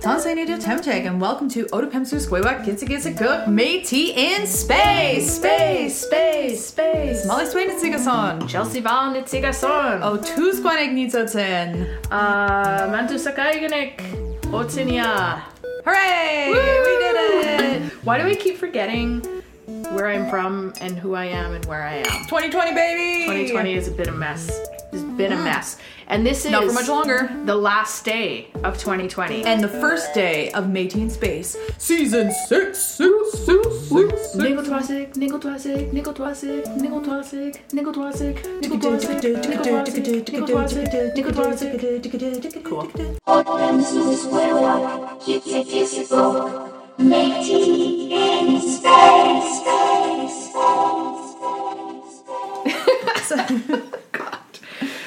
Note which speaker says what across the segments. Speaker 1: Tansei Native Temtek, and welcome to Otapemsu Squawak Gitsa Gitsa Cook Meaty in Space! Space! Space! Space! Molly Swain and Sigason!
Speaker 2: Chelsea Ball Nitsigason.
Speaker 1: Oh, two squanik nitsoten!
Speaker 2: Uh, Mantu Sakaiganik. Otsinia.
Speaker 1: Hooray! We did it!
Speaker 2: Why do I keep forgetting where I'm from and who I am and where I am?
Speaker 1: 2020, baby!
Speaker 2: 2020 is a bit of a mess. It's been a mess. And this is
Speaker 1: Not for much longer.
Speaker 2: the last day of 2020.
Speaker 1: And the first day of Meaty in Space, Season 6! six, six, six, six.
Speaker 2: Nickel Twasik, Nickel Twasik, Nickel Twasik, Nickel Twasik, Nickel Twasik, Nickel Twasik, Nickel Twasik, Nickel Twasik, Nickel Twasik. Cool.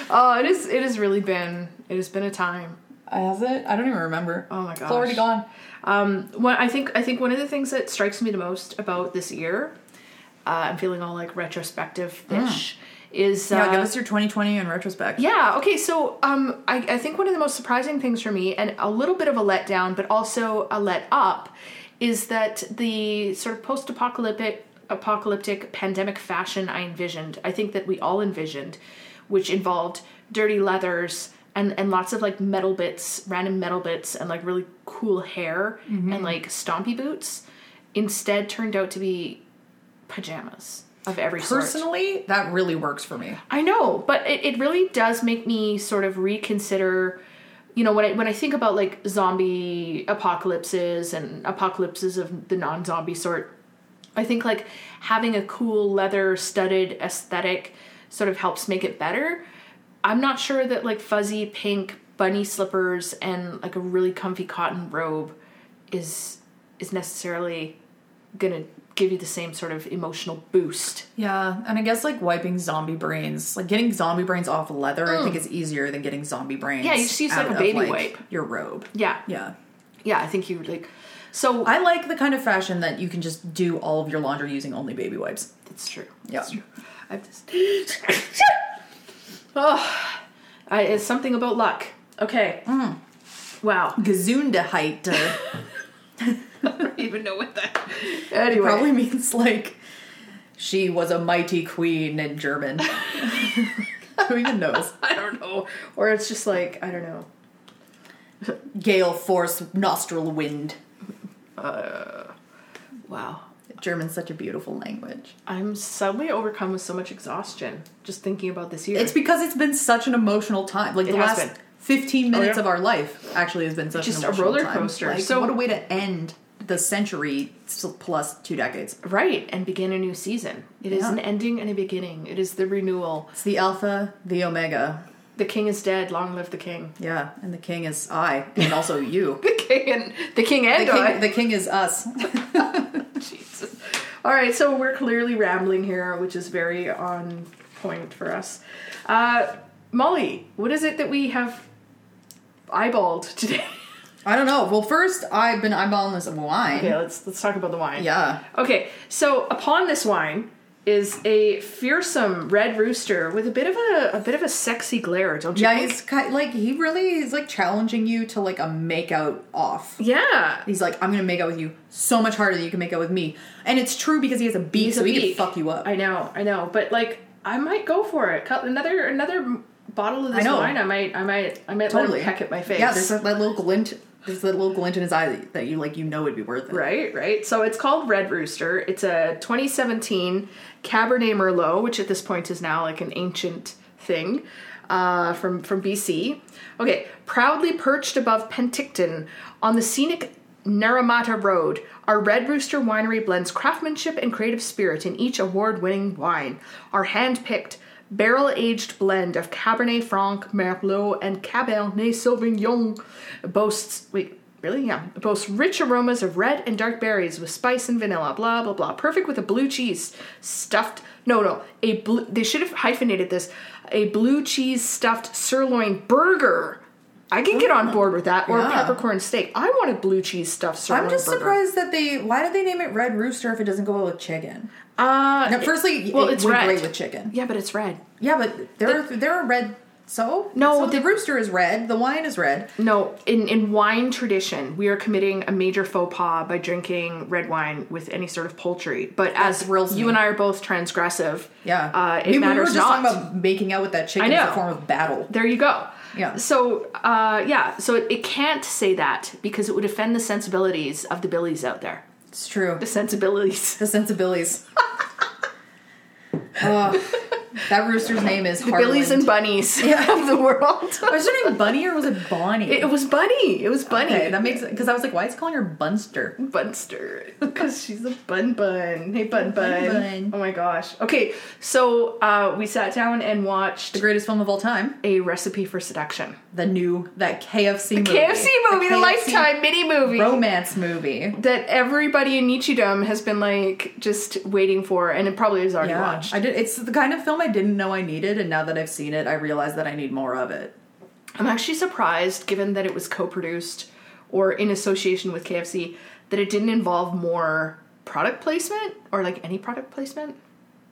Speaker 2: Oh, it is. It has really been. It has been a time.
Speaker 1: Has it? I don't even remember.
Speaker 2: Oh my gosh.
Speaker 1: It's already gone.
Speaker 2: Um, what I think I think one of the things that strikes me the most about this year, uh, I'm feeling all like retrospective ish, is uh,
Speaker 1: Yeah, give us your 2020 in retrospect.
Speaker 2: yeah, okay. So um, I, I think one of the most surprising things for me, and a little bit of a letdown, but also a let up, is that the sort of post apocalyptic apocalyptic pandemic fashion I envisioned, I think that we all envisioned, which involved dirty leathers and, and lots of like metal bits, random metal bits, and like really cool hair and like stompy boots, instead turned out to be pajamas of every sort.
Speaker 1: Personally, that really works for me.
Speaker 2: I know, but it, it really does make me sort of reconsider. You know, when I when I think about like zombie apocalypses and apocalypses of the non-zombie sort, I think like having a cool leather studded aesthetic sort of helps make it better. I'm not sure that like fuzzy pink bunny slippers and like a really comfy cotton robe is is necessarily gonna give you the same sort of emotional boost.
Speaker 1: Yeah, and I guess like wiping zombie brains, like getting zombie brains off leather, I think is easier than getting zombie brains.
Speaker 2: Mm. Yeah, you just use, like,
Speaker 1: out
Speaker 2: a
Speaker 1: of,
Speaker 2: baby wipe.
Speaker 1: Your robe.
Speaker 2: Yeah.
Speaker 1: Yeah.
Speaker 2: Yeah, I think you like so
Speaker 1: I like the kind of fashion that you can just do all of your laundry using only baby wipes.
Speaker 2: It's true.
Speaker 1: Yeah.
Speaker 2: It's true. I've just. oh, I, it's something about luck. Okay. Wow.
Speaker 1: Gesundheit uh,
Speaker 2: I don't even know what that. Anyway.
Speaker 1: probably means like she was a mighty queen in German. Who even knows?
Speaker 2: I don't know. Or it's just like, I don't know.
Speaker 1: Gale force nostril wind.
Speaker 2: Wow.
Speaker 1: German's such a beautiful language.
Speaker 2: I'm suddenly overcome with so much exhaustion just thinking about this year.
Speaker 1: It's because it's been such an emotional time. Like
Speaker 2: It
Speaker 1: the
Speaker 2: has
Speaker 1: last
Speaker 2: been. Oh,
Speaker 1: 15 minutes
Speaker 2: yeah.
Speaker 1: of our life actually has been such
Speaker 2: Just
Speaker 1: an
Speaker 2: a
Speaker 1: emotional
Speaker 2: roller
Speaker 1: time.
Speaker 2: coaster.
Speaker 1: Like,
Speaker 2: So-
Speaker 1: what a way to end the century s- plus two decades.
Speaker 2: right and begin a new season. It is
Speaker 1: Yeah.
Speaker 2: an ending and a beginning. It is the renewal.
Speaker 1: It's the alpha, the omega.
Speaker 2: The king is dead. Long live the king.
Speaker 1: Yeah, and the king is I, and also you.
Speaker 2: The king and the king
Speaker 1: The
Speaker 2: and I.
Speaker 1: king, the king is us.
Speaker 2: Jesus. All right, so we're clearly rambling here, which is very on point for us. Uh, Molly, what is it that we have eyeballed today?
Speaker 1: I don't know. Well, first I've been eyeballing this wine.
Speaker 2: okay, let's let's talk about the wine.
Speaker 1: Yeah.
Speaker 2: Okay, so upon this wine is a fearsome red rooster with a bit of a a bit of a sexy glare, don't you?
Speaker 1: Yeah,
Speaker 2: think?
Speaker 1: he's ki like he really is like challenging you to like a make out off.
Speaker 2: yeah.
Speaker 1: He's like, I'm gonna make out with you so much harder than you can make out with me, and it's true because he has a beak,
Speaker 2: He's
Speaker 1: so
Speaker 2: a
Speaker 1: he
Speaker 2: beak.
Speaker 1: can fuck you up.
Speaker 2: I know, I know, but like I might go for it. Cut another another bottle of this
Speaker 1: know.
Speaker 2: wine. I might, I might, I might let him peck at my face.
Speaker 1: Yeah, there's that, that little glint. There's that little glint in his eye that, that you like. You know would be worth it.
Speaker 2: Right, right. So it's called Red Rooster. It's a 2017 Cabernet Merlot, which at this point is now like an ancient thing uh, from from BC. Okay, proudly perched above Penticton on the scenic Naramata Road. Our Red Rooster Winery blends craftsmanship and creative spirit in each award winning wine. Our hand picked, barrel aged blend of Cabernet Franc, Merlot, and Cabernet Sauvignon boasts. Wait. Really? Yeah. Boasts rich aromas of red and dark berries with spice and vanilla. Blah blah blah. Perfect with a blue cheese stuffed. No, no. A blue. They should have hyphenated this. A blue cheese stuffed sirloin burger. I can get on board with that. Or
Speaker 1: Yeah.
Speaker 2: peppercorn steak. I want a blue cheese stuffed sirloin.
Speaker 1: I'm just
Speaker 2: burger.
Speaker 1: surprised that they. Why did they name it Red Rooster if it doesn't go well with chicken?
Speaker 2: Uh,
Speaker 1: Now, firstly,
Speaker 2: well,
Speaker 1: it
Speaker 2: it's
Speaker 1: would
Speaker 2: red.
Speaker 1: great with chicken.
Speaker 2: yeah, but it's red.
Speaker 1: Yeah, but there are there are red. So so
Speaker 2: No,
Speaker 1: the,
Speaker 2: the-
Speaker 1: rooster is red. The wine is red.
Speaker 2: No, in, in wine tradition, we are committing a major faux pas by drinking red wine with any sort of poultry. But as
Speaker 1: thrills
Speaker 2: you
Speaker 1: me.
Speaker 2: and I are both transgressive,
Speaker 1: Yeah,
Speaker 2: uh, it
Speaker 1: I mean, we were
Speaker 2: matters
Speaker 1: just
Speaker 2: not.
Speaker 1: talking about making out with that chicken
Speaker 2: I
Speaker 1: as a
Speaker 2: know.
Speaker 1: form of battle.
Speaker 2: there you go.
Speaker 1: Yeah.
Speaker 2: So, uh, yeah. So it, it can't say that because it would offend the sensibilities of the billies out there.
Speaker 1: It's true.
Speaker 2: The sensibilities.
Speaker 1: The sensibilities. Ugh. that rooster's name is the
Speaker 2: Billies and bunnies of the world.
Speaker 1: was her name Bunny or was it Bonnie?
Speaker 2: It was Bunny. It was Bunny.
Speaker 1: okay, that makes because I was like, why is it calling her Bunster?
Speaker 2: Bunster because she's a bun bun. Hey bun bun.
Speaker 1: Bun.
Speaker 2: Oh my gosh. Okay, so uh, we sat down and watched
Speaker 1: The greatest film of all time.
Speaker 2: a recipe for seduction.
Speaker 1: The new that KFC movie.
Speaker 2: KFC movie, the,
Speaker 1: KFC
Speaker 2: Lifetime mini movie
Speaker 1: romance movie.
Speaker 2: that everybody in Nichidom has been like just waiting for, and it probably is already
Speaker 1: Yeah,
Speaker 2: watched.
Speaker 1: I did. It's the kind of film I didn't know I needed, and now that I've seen it, I realize that I need more of it.
Speaker 2: I'm actually surprised, given that it was co-produced or in association with KFC, that it didn't involve more product placement or like any product placement.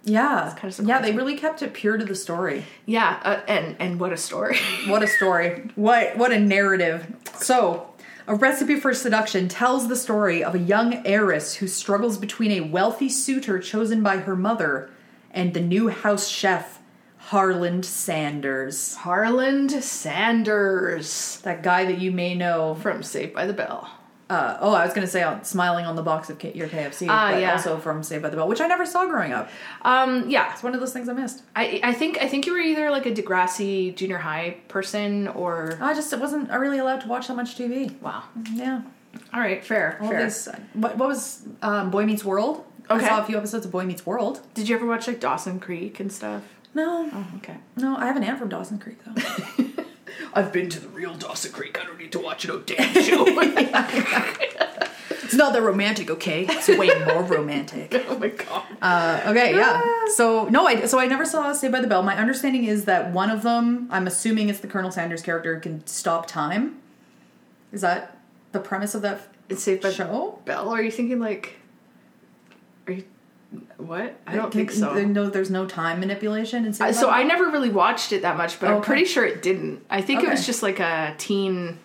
Speaker 1: Yeah,
Speaker 2: kinda surprising.
Speaker 1: yeah, they really kept it pure to the story.
Speaker 2: Yeah, uh, and and what a story.
Speaker 1: What a story. What what a narrative. So, a recipe for seduction tells the story of a young heiress who struggles between a wealthy suitor chosen by her mother and the new house chef Harland Sanders.
Speaker 2: Harland Sanders
Speaker 1: That guy that you may know.
Speaker 2: from Saved by the Bell.
Speaker 1: Uh, oh, I was going to say on smiling on the box of K- your KFC,
Speaker 2: Ah,
Speaker 1: but
Speaker 2: yeah.
Speaker 1: also from Saved by the Bell, which I never saw growing up.
Speaker 2: Um, yeah,
Speaker 1: It's one of those things I missed.
Speaker 2: I, I think I think you were either like a Degrassi junior high person or
Speaker 1: I just wasn't I really allowed to watch that much TV.
Speaker 2: wow.
Speaker 1: Yeah.
Speaker 2: All right, fair,
Speaker 1: All
Speaker 2: fair.
Speaker 1: this. What, what was um, Boy Meets World?
Speaker 2: Okay.
Speaker 1: I saw a few episodes of Boy Meets World.
Speaker 2: Did you ever watch like Dawson Creek and stuff?
Speaker 1: No,
Speaker 2: Okay.
Speaker 1: no, I have an aunt from Dawson Creek though.
Speaker 2: I've been to the real Dawson Creek. I don't need to watch no damn show.
Speaker 1: it's not that romantic, okay? It's way more romantic.
Speaker 2: oh my god.
Speaker 1: Uh, okay, yeah. So no, I so I never saw Saved by the Bell. My understanding is that one of them, I'm assuming it's the Colonel Sanders character, can stop time. Is that the premise of that
Speaker 2: It's Saved by
Speaker 1: f-
Speaker 2: the
Speaker 1: show?
Speaker 2: Bell. Are you thinking like? Are you? What? I don't think so.
Speaker 1: There- No, there's no time manipulation. And
Speaker 2: Uh, So I never really watched it that much, but I'm
Speaker 1: Okay.
Speaker 2: pretty sure it didn't. I think it was
Speaker 1: Okay.
Speaker 2: just like a teen.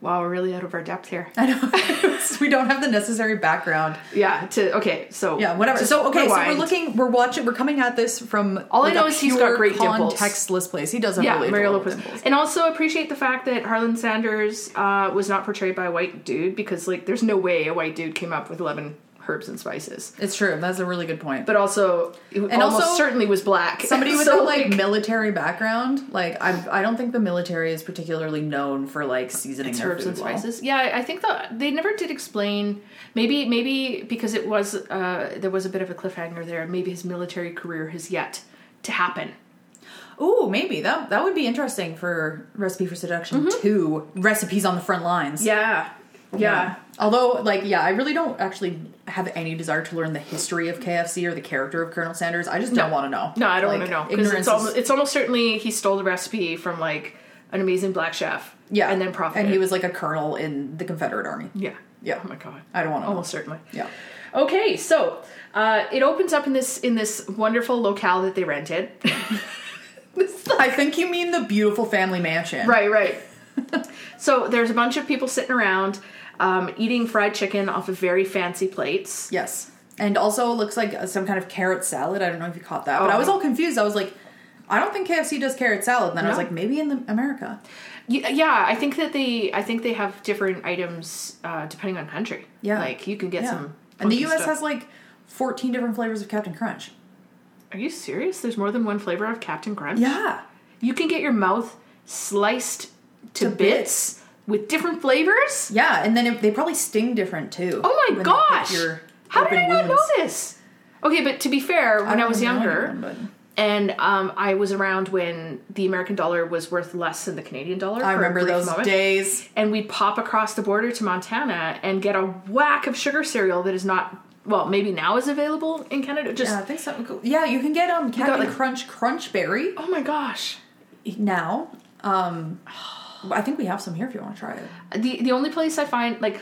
Speaker 2: Wow, we're really out of our depth here.
Speaker 1: I know we don't have the necessary background.
Speaker 2: Yeah. To okay. So
Speaker 1: Yeah, whatever.
Speaker 2: just
Speaker 1: So okay, so
Speaker 2: rewind.
Speaker 1: we're looking, we're watching, we're coming at this from
Speaker 2: All I
Speaker 1: like,
Speaker 2: know
Speaker 1: a
Speaker 2: is he's got
Speaker 1: pure
Speaker 2: great dimples.
Speaker 1: contextless place. He doesn't
Speaker 2: Yeah,
Speaker 1: really
Speaker 2: Mario Lopez. And also appreciate the fact that Harlan Sanders uh, was not portrayed by a white dude because like there's no way a white dude came up with eleven herbs and spices.
Speaker 1: It's true. That's a really good point. But
Speaker 2: But also, and almost
Speaker 1: also,
Speaker 2: certainly was black.
Speaker 1: somebody with a
Speaker 2: So,
Speaker 1: like, military background, like I, I don't think the military is particularly known for like seasoning their
Speaker 2: herbs
Speaker 1: food
Speaker 2: and
Speaker 1: well.
Speaker 2: spices. Yeah, I- I think that they never did explain. Maybe, maybe because it was uh, there was a bit of a cliffhanger there. Maybe his military career has yet to happen.
Speaker 1: Ooh, maybe that that would be interesting for recipe for seduction two recipes on the front lines.
Speaker 2: Yeah, yeah.
Speaker 1: Although, like, yeah, I really don't actually have any desire to learn the history of KFC or the character of Colonel Sanders. I just don't want to know.
Speaker 2: No, I don't
Speaker 1: Like,
Speaker 2: want to know because
Speaker 1: Ignorance
Speaker 2: it's
Speaker 1: is-
Speaker 2: almost it's almost certainly he stole the recipe from like an amazing black chef.
Speaker 1: Yeah.
Speaker 2: and then profited.
Speaker 1: And Mm. he was like a colonel in the Confederate Army.
Speaker 2: yeah,
Speaker 1: Yeah.
Speaker 2: Oh my god,
Speaker 1: I don't want to.
Speaker 2: almost certainly.
Speaker 1: Yeah.
Speaker 2: Okay, so uh, it opens up in this in this wonderful locale that they rented. This-
Speaker 1: I think you mean the beautiful family mansion.
Speaker 2: Right, right. so there's a bunch of people sitting around um, eating fried chicken off of very fancy plates.
Speaker 1: Yes. And also it looks like some kind of carrot salad. I don't know if you caught that, but I was
Speaker 2: Oh.
Speaker 1: all confused. I was like, I don't think KFC does carrot salad. And then I was
Speaker 2: No.
Speaker 1: like, maybe in the America.
Speaker 2: Y- Yeah, I think that they I think they have different items uh, depending on country.
Speaker 1: Yeah.
Speaker 2: like you can get
Speaker 1: Yeah.
Speaker 2: some.
Speaker 1: and the
Speaker 2: funky
Speaker 1: US
Speaker 2: stuff.
Speaker 1: has like 14 different flavors of Captain Crunch.
Speaker 2: Are you serious? There's more than one flavor of Captain Crunch.
Speaker 1: Yeah.
Speaker 2: you can get your mouth sliced to, bits, with different flavors.
Speaker 1: Yeah, and then it, they probably sting different too.
Speaker 2: Oh my
Speaker 1: when they hit
Speaker 2: gosh!
Speaker 1: your
Speaker 2: How did
Speaker 1: open
Speaker 2: I not know
Speaker 1: wounds.
Speaker 2: this? Okay, but to be fair, when I,
Speaker 1: don't
Speaker 2: was
Speaker 1: really know
Speaker 2: younger,
Speaker 1: anyone, but-
Speaker 2: and um, I was around when the American dollar was worth less than the Canadian dollar.
Speaker 1: I
Speaker 2: for a
Speaker 1: remember
Speaker 2: brief
Speaker 1: those
Speaker 2: moment.
Speaker 1: days.
Speaker 2: And we'd pop across the border to Montana and get a whack of sugar cereal that is not well, maybe now is available in Canada. Just
Speaker 1: Yeah, I think something cool. Yeah, you can get um Captain
Speaker 2: like-
Speaker 1: Crunch Crunch Berry
Speaker 2: oh my gosh.
Speaker 1: now. Um, I think we have some here if you want to try it.
Speaker 2: The the only place I find like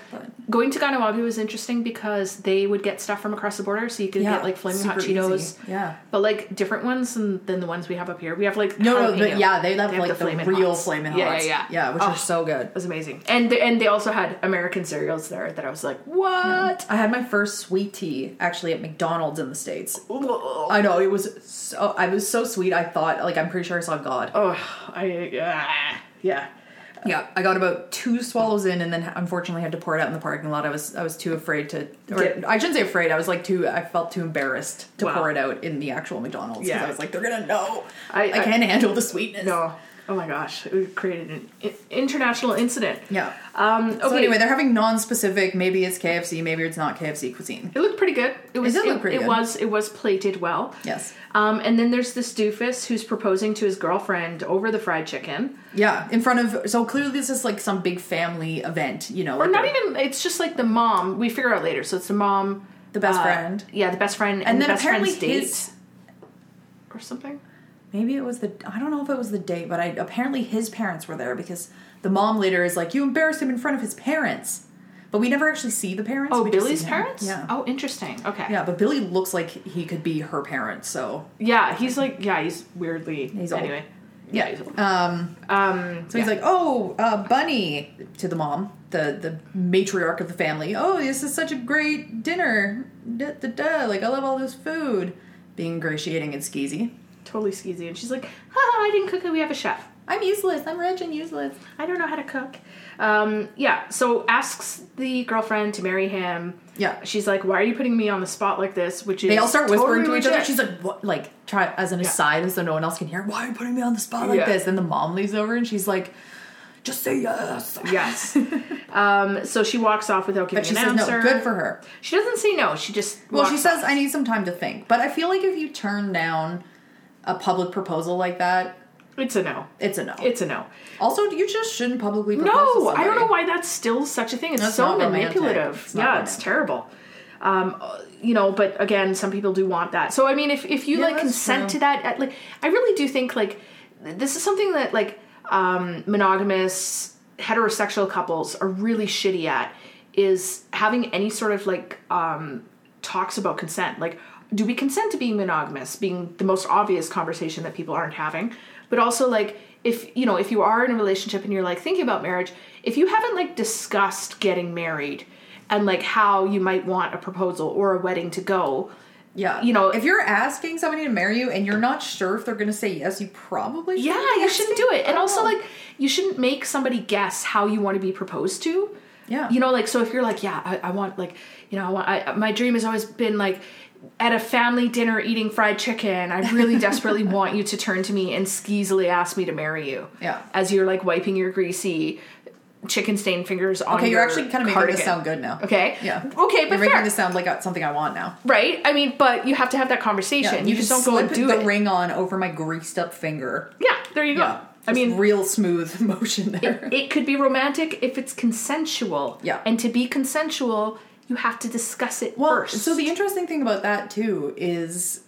Speaker 2: going to Ganawabi was interesting because they would get stuff from across the border, so you could
Speaker 1: Yeah,
Speaker 2: get like flaming hot
Speaker 1: super easy.
Speaker 2: Cheetos.
Speaker 1: Yeah.
Speaker 2: But like different ones than, than the ones we have up here. We have like
Speaker 1: No, no,
Speaker 2: jalapeno.
Speaker 1: but yeah, they have like the,
Speaker 2: Flamin'
Speaker 1: real
Speaker 2: Hots.
Speaker 1: flaming
Speaker 2: Yeah,
Speaker 1: hots.
Speaker 2: yeah, yeah,
Speaker 1: which
Speaker 2: Oh,
Speaker 1: are so good.
Speaker 2: It was amazing. And they, and they also had American cereals there that I was like, what?
Speaker 1: I had my first sweet tea actually at McDonald's in the states.
Speaker 2: Oh,
Speaker 1: I know it was so. I was so sweet. I thought like I'm pretty sure I saw God.
Speaker 2: Oh. I yeah, yeah.
Speaker 1: Yeah, I got about two swallows in, and then unfortunately had to pour it out in the parking lot. I was I was too afraid to, or
Speaker 2: Get-
Speaker 1: I shouldn't say afraid. I was like too. I felt too embarrassed to
Speaker 2: Wow.
Speaker 1: pour it out in the actual McDonald's because
Speaker 2: Yeah.
Speaker 1: I was like, they're gonna know.
Speaker 2: I-
Speaker 1: I,
Speaker 2: I-
Speaker 1: can't handle the sweetness.
Speaker 2: No. Oh my gosh, it created an i- international incident.
Speaker 1: Yeah.
Speaker 2: Um. Okay.
Speaker 1: So Oh, anyway, they're having non-specific. Maybe it's KFC. Maybe it's not KFC cuisine.
Speaker 2: it looked pretty good. It was.
Speaker 1: did look pretty
Speaker 2: it
Speaker 1: good.
Speaker 2: was. It was plated well.
Speaker 1: Yes.
Speaker 2: Um, and then there's this doofus who's proposing to his girlfriend over the fried chicken.
Speaker 1: Yeah, in front of. So clearly, this is like some big family event. You know,
Speaker 2: Or not even, it's just like the mom. We figure out later. So it's the mom.
Speaker 1: The best
Speaker 2: uh,
Speaker 1: friend.
Speaker 2: Yeah, the best friend. And,
Speaker 1: And
Speaker 2: the
Speaker 1: then
Speaker 2: best
Speaker 1: apparently
Speaker 2: friend's date.
Speaker 1: his-
Speaker 2: Or something.
Speaker 1: maybe it was the I don't know if it was the date, but I apparently his parents were there because the mom later is like, "You embarrassed him in front of his parents," but we never actually see the parents.
Speaker 2: Oh,
Speaker 1: we just
Speaker 2: Billy's
Speaker 1: see him.
Speaker 2: parents?
Speaker 1: Yeah.
Speaker 2: Oh, interesting. Okay.
Speaker 1: Yeah, but Billy looks like he could be her parent, so
Speaker 2: Yeah, he's like, yeah, he's weirdly.
Speaker 1: He's old.
Speaker 2: anyway. Yeah, he's old.
Speaker 1: um,
Speaker 2: Um,
Speaker 1: so he's like, "Oh, uh, Bunny," to the mom, the the matriarch of the family. "Oh, this is such a great dinner, da, da, da. like I love all this food." Being ingratiating and skeezy.
Speaker 2: totally skeezy. And she's like, haha, I didn't cook it. We have a chef.
Speaker 1: I'm useless. I'm rich and useless.
Speaker 2: I don't know how to cook. Um, yeah, so asks the girlfriend to marry him.
Speaker 1: Yeah.
Speaker 2: She's like, "Why are you putting me on the spot like this?" Which is
Speaker 1: They all start whispering
Speaker 2: totally
Speaker 1: to each other.
Speaker 2: legit.
Speaker 1: She's like, what? like, try as an aside, so no one else can hear. Why are you putting me on the spot like
Speaker 2: Yeah.
Speaker 1: this? Then the mom leaves over and she's like, just say yes.
Speaker 2: Yes. um, so she walks off without giving
Speaker 1: But she
Speaker 2: an
Speaker 1: says
Speaker 2: answer.
Speaker 1: no. Good for her.
Speaker 2: She doesn't say no. She just
Speaker 1: Well, she
Speaker 2: walks
Speaker 1: says,
Speaker 2: off.
Speaker 1: I need some time to think. But I feel like if you turn down a public proposal like that,
Speaker 2: it's a no.
Speaker 1: it's a no.
Speaker 2: It's a no.
Speaker 1: also, you just shouldn't publicly propose. to
Speaker 2: No, I
Speaker 1: somebody.
Speaker 2: don't know why that's still such a thing. It's
Speaker 1: That's
Speaker 2: so
Speaker 1: not romantic.
Speaker 2: manipulative.
Speaker 1: It's not
Speaker 2: yeah, it's
Speaker 1: romantic.
Speaker 2: terrible. Um, uh, you know, but again, some people do want that. So I mean, if if you
Speaker 1: Yeah,
Speaker 2: like
Speaker 1: that's true.
Speaker 2: consent to that, at, like I really do think like th- this is something that like um, monogamous heterosexual couples are really shitty at is having any sort of like um, talks about consent. Like, do we consent to being monogamous? Being the most obvious conversation that people aren't having, but also like if you know if you are in a relationship and you're like thinking about marriage, if you haven't like discussed getting married and like how you might want a proposal or a wedding to go,
Speaker 1: Yeah,
Speaker 2: you know-
Speaker 1: if you're asking somebody to marry you and you're not sure if they're going to say yes, you probably should
Speaker 2: Yeah, you shouldn't do it. And also, like, you shouldn't make somebody guess how you want to be proposed to.
Speaker 1: Oh. Yeah.
Speaker 2: You know, like, so if you're like, yeah, I, I want, like, you know, I want, I, my dream has always been, like, at a family dinner eating fried chicken, I really desperately want you to turn to me and skeezily ask me to marry you.
Speaker 1: Yeah.
Speaker 2: As you're, like, wiping your greasy chicken stained fingers on
Speaker 1: okay, you're
Speaker 2: your
Speaker 1: actually kind of making
Speaker 2: cardigan.
Speaker 1: this sound good now.
Speaker 2: Okay.
Speaker 1: Yeah.
Speaker 2: Okay,
Speaker 1: you're
Speaker 2: but
Speaker 1: making
Speaker 2: fair.
Speaker 1: this sound like a- something I want now.
Speaker 2: right? I mean, but you have to have that conversation. you,
Speaker 1: can
Speaker 2: just don't go and
Speaker 1: slip
Speaker 2: do
Speaker 1: the
Speaker 2: it.
Speaker 1: ring on over my greased up finger.
Speaker 2: Yeah, there you go. I
Speaker 1: Just
Speaker 2: mean,
Speaker 1: real smooth motion there.
Speaker 2: it could be romantic if it's consensual.
Speaker 1: Yeah.
Speaker 2: And to be consensual, you have to discuss it
Speaker 1: well,
Speaker 2: first.
Speaker 1: so the interesting thing about that too is,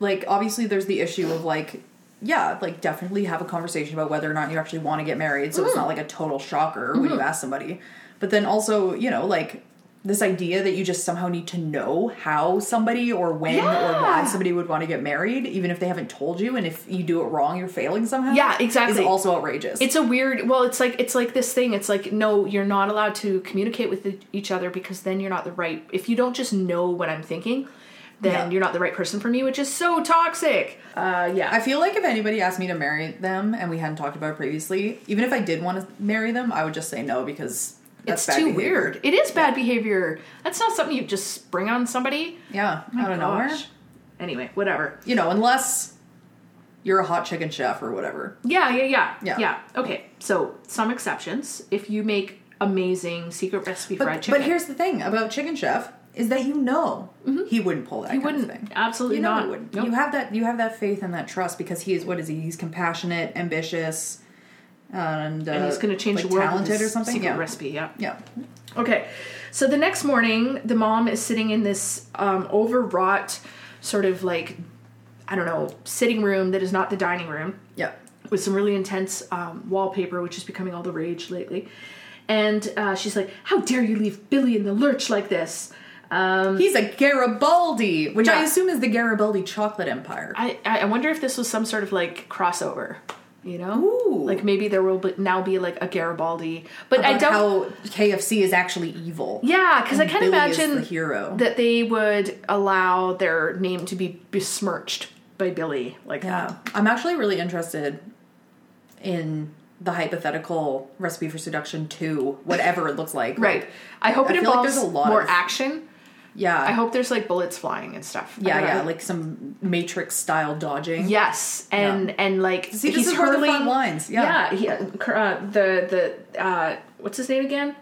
Speaker 1: like, obviously there's the issue of like, yeah, like definitely have a conversation about whether or not you actually want to get married, so
Speaker 2: Mm-hmm.
Speaker 1: it's not like a total shocker when you ask somebody. But then also, you know, like this idea that you just somehow need to know how somebody or when or why
Speaker 2: Yeah.
Speaker 1: somebody would want to get married, even if they haven't told you, and if you do it wrong, you're failing somehow.
Speaker 2: Yeah,
Speaker 1: Is
Speaker 2: exactly.
Speaker 1: also outrageous.
Speaker 2: it's a weird. Well, it's like it's like this thing. It's like no, you're not allowed to communicate with e- each other because then you're not the right. If you don't just know what I'm thinking, then
Speaker 1: Yeah.
Speaker 2: you're not the right person for me, which is so toxic. Uh, yeah.
Speaker 1: I feel like if anybody asked me to marry them and we hadn't talked about it previously, even if I did want to marry them, I would just say no because that's
Speaker 2: it's
Speaker 1: bad
Speaker 2: too
Speaker 1: behavior.
Speaker 2: weird. It is bad behavior. That's not something you just spring on somebody.
Speaker 1: Yeah, out of nowhere.
Speaker 2: Anyway, whatever.
Speaker 1: You know, unless you're a hot chicken chef or whatever.
Speaker 2: Yeah, yeah, yeah,
Speaker 1: Yeah.
Speaker 2: yeah. Okay, so some exceptions. If you make amazing secret recipe fried
Speaker 1: But,
Speaker 2: chicken,
Speaker 1: but here's the thing about chicken chef is that you know he wouldn't pull that.
Speaker 2: you
Speaker 1: kind of
Speaker 2: Mm-hmm. wouldn't
Speaker 1: thing.
Speaker 2: absolutely
Speaker 1: you know
Speaker 2: not.
Speaker 1: he wouldn't.
Speaker 2: Nope.
Speaker 1: You have that you have that faith and that trust because he is what is he? He's compassionate, ambitious, and uh,
Speaker 2: and he's going to change
Speaker 1: like,
Speaker 2: the world. with
Speaker 1: Talented
Speaker 2: his
Speaker 1: or something.
Speaker 2: Secret
Speaker 1: Yeah.
Speaker 2: recipe. Yeah.
Speaker 1: yeah.
Speaker 2: Okay, so the next morning, the mom is sitting in this um, overwrought, sort of like, I don't know, sitting room that is not the dining room
Speaker 1: Yeah.
Speaker 2: with some really intense um, wallpaper, which is becoming all the rage lately. And uh, she's like, "How dare you leave Billy in the lurch like this?"
Speaker 1: He's a Garibaldi, which I
Speaker 2: Yeah.
Speaker 1: assume is the Garibaldi chocolate empire.
Speaker 2: I I I wonder if this was some sort of like crossover, you know?
Speaker 1: Ooh.
Speaker 2: Like maybe there will be, now be like a Garibaldi, but I
Speaker 1: About
Speaker 2: don't.
Speaker 1: how KFC is actually evil.
Speaker 2: yeah, because I
Speaker 1: And
Speaker 2: can
Speaker 1: Billy is
Speaker 2: imagine
Speaker 1: the hero.
Speaker 2: that they would allow their name to be besmirched by Billy like
Speaker 1: Yeah.
Speaker 2: that.
Speaker 1: Uh, I'm actually really interested in the hypothetical recipe for seduction 2, whatever it looks like.
Speaker 2: Right. I hope
Speaker 1: I
Speaker 2: it
Speaker 1: feel like
Speaker 2: involves
Speaker 1: there's a lot
Speaker 2: more
Speaker 1: of-
Speaker 2: action.
Speaker 1: Yeah.
Speaker 2: I hope there's like bullets flying and stuff. I
Speaker 1: Yeah,
Speaker 2: don't
Speaker 1: yeah,
Speaker 2: know.
Speaker 1: like some Matrix style dodging.
Speaker 2: Yes, and and like
Speaker 1: See, this is where the fun lines. Yeah.
Speaker 2: he, uh, the the uh, what's his name again?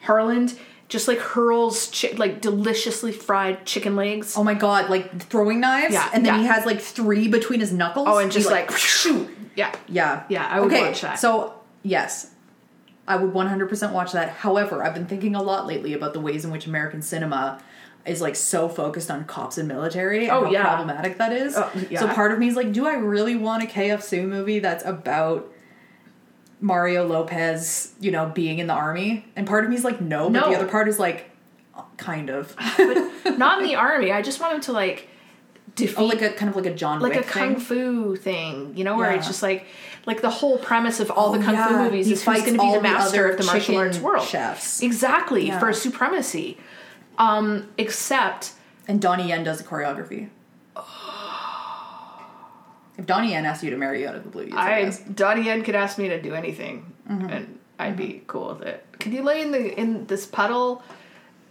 Speaker 2: Harland just like hurls chi- like deliciously fried chicken legs.
Speaker 1: Oh my god, like throwing knives,
Speaker 2: Yeah,
Speaker 1: and then
Speaker 2: yeah.
Speaker 1: he has like three between his knuckles.
Speaker 2: Oh, and just
Speaker 1: He,
Speaker 2: like, shoot. Yeah.
Speaker 1: yeah,
Speaker 2: Yeah, I would
Speaker 1: okay,
Speaker 2: watch that.
Speaker 1: So yes, I would one hundred percent watch that. However, I've been thinking a lot lately about the ways in which American cinema is like so focused on cops and military and
Speaker 2: Oh,
Speaker 1: how
Speaker 2: yeah.
Speaker 1: problematic that is.
Speaker 2: Oh, yeah.
Speaker 1: So part of me is like, do I really want a KFC movie that's about Mario Lopez, you know, being in the army? And part of me is like, no, but
Speaker 2: No.
Speaker 1: the other part is like, kind of.
Speaker 2: But not in the army. I just want him to like defeat
Speaker 1: Oh, like a kind of like a John
Speaker 2: like a
Speaker 1: Wick
Speaker 2: kung
Speaker 1: thing.
Speaker 2: fu thing, you know, where it's
Speaker 1: Yeah. Oh,
Speaker 2: just like like the whole premise of all the kung fu
Speaker 1: yeah.
Speaker 2: movies
Speaker 1: He
Speaker 2: is who's
Speaker 1: fights
Speaker 2: going to be
Speaker 1: all
Speaker 2: the
Speaker 1: the
Speaker 2: master
Speaker 1: other
Speaker 2: of the martial
Speaker 1: chicken
Speaker 2: arts world.
Speaker 1: chefs.
Speaker 2: Exactly
Speaker 1: Yeah.
Speaker 2: for supremacy. Um, except
Speaker 1: And Donnie Yen does the choreography. If Donnie Yen asks you to marry you out of the blue, you say
Speaker 2: I
Speaker 1: yes.
Speaker 2: Donnie Yen could ask me to do anything,
Speaker 1: Mm-hmm.
Speaker 2: and I'd be cool with it. Could you lay in the in this puddle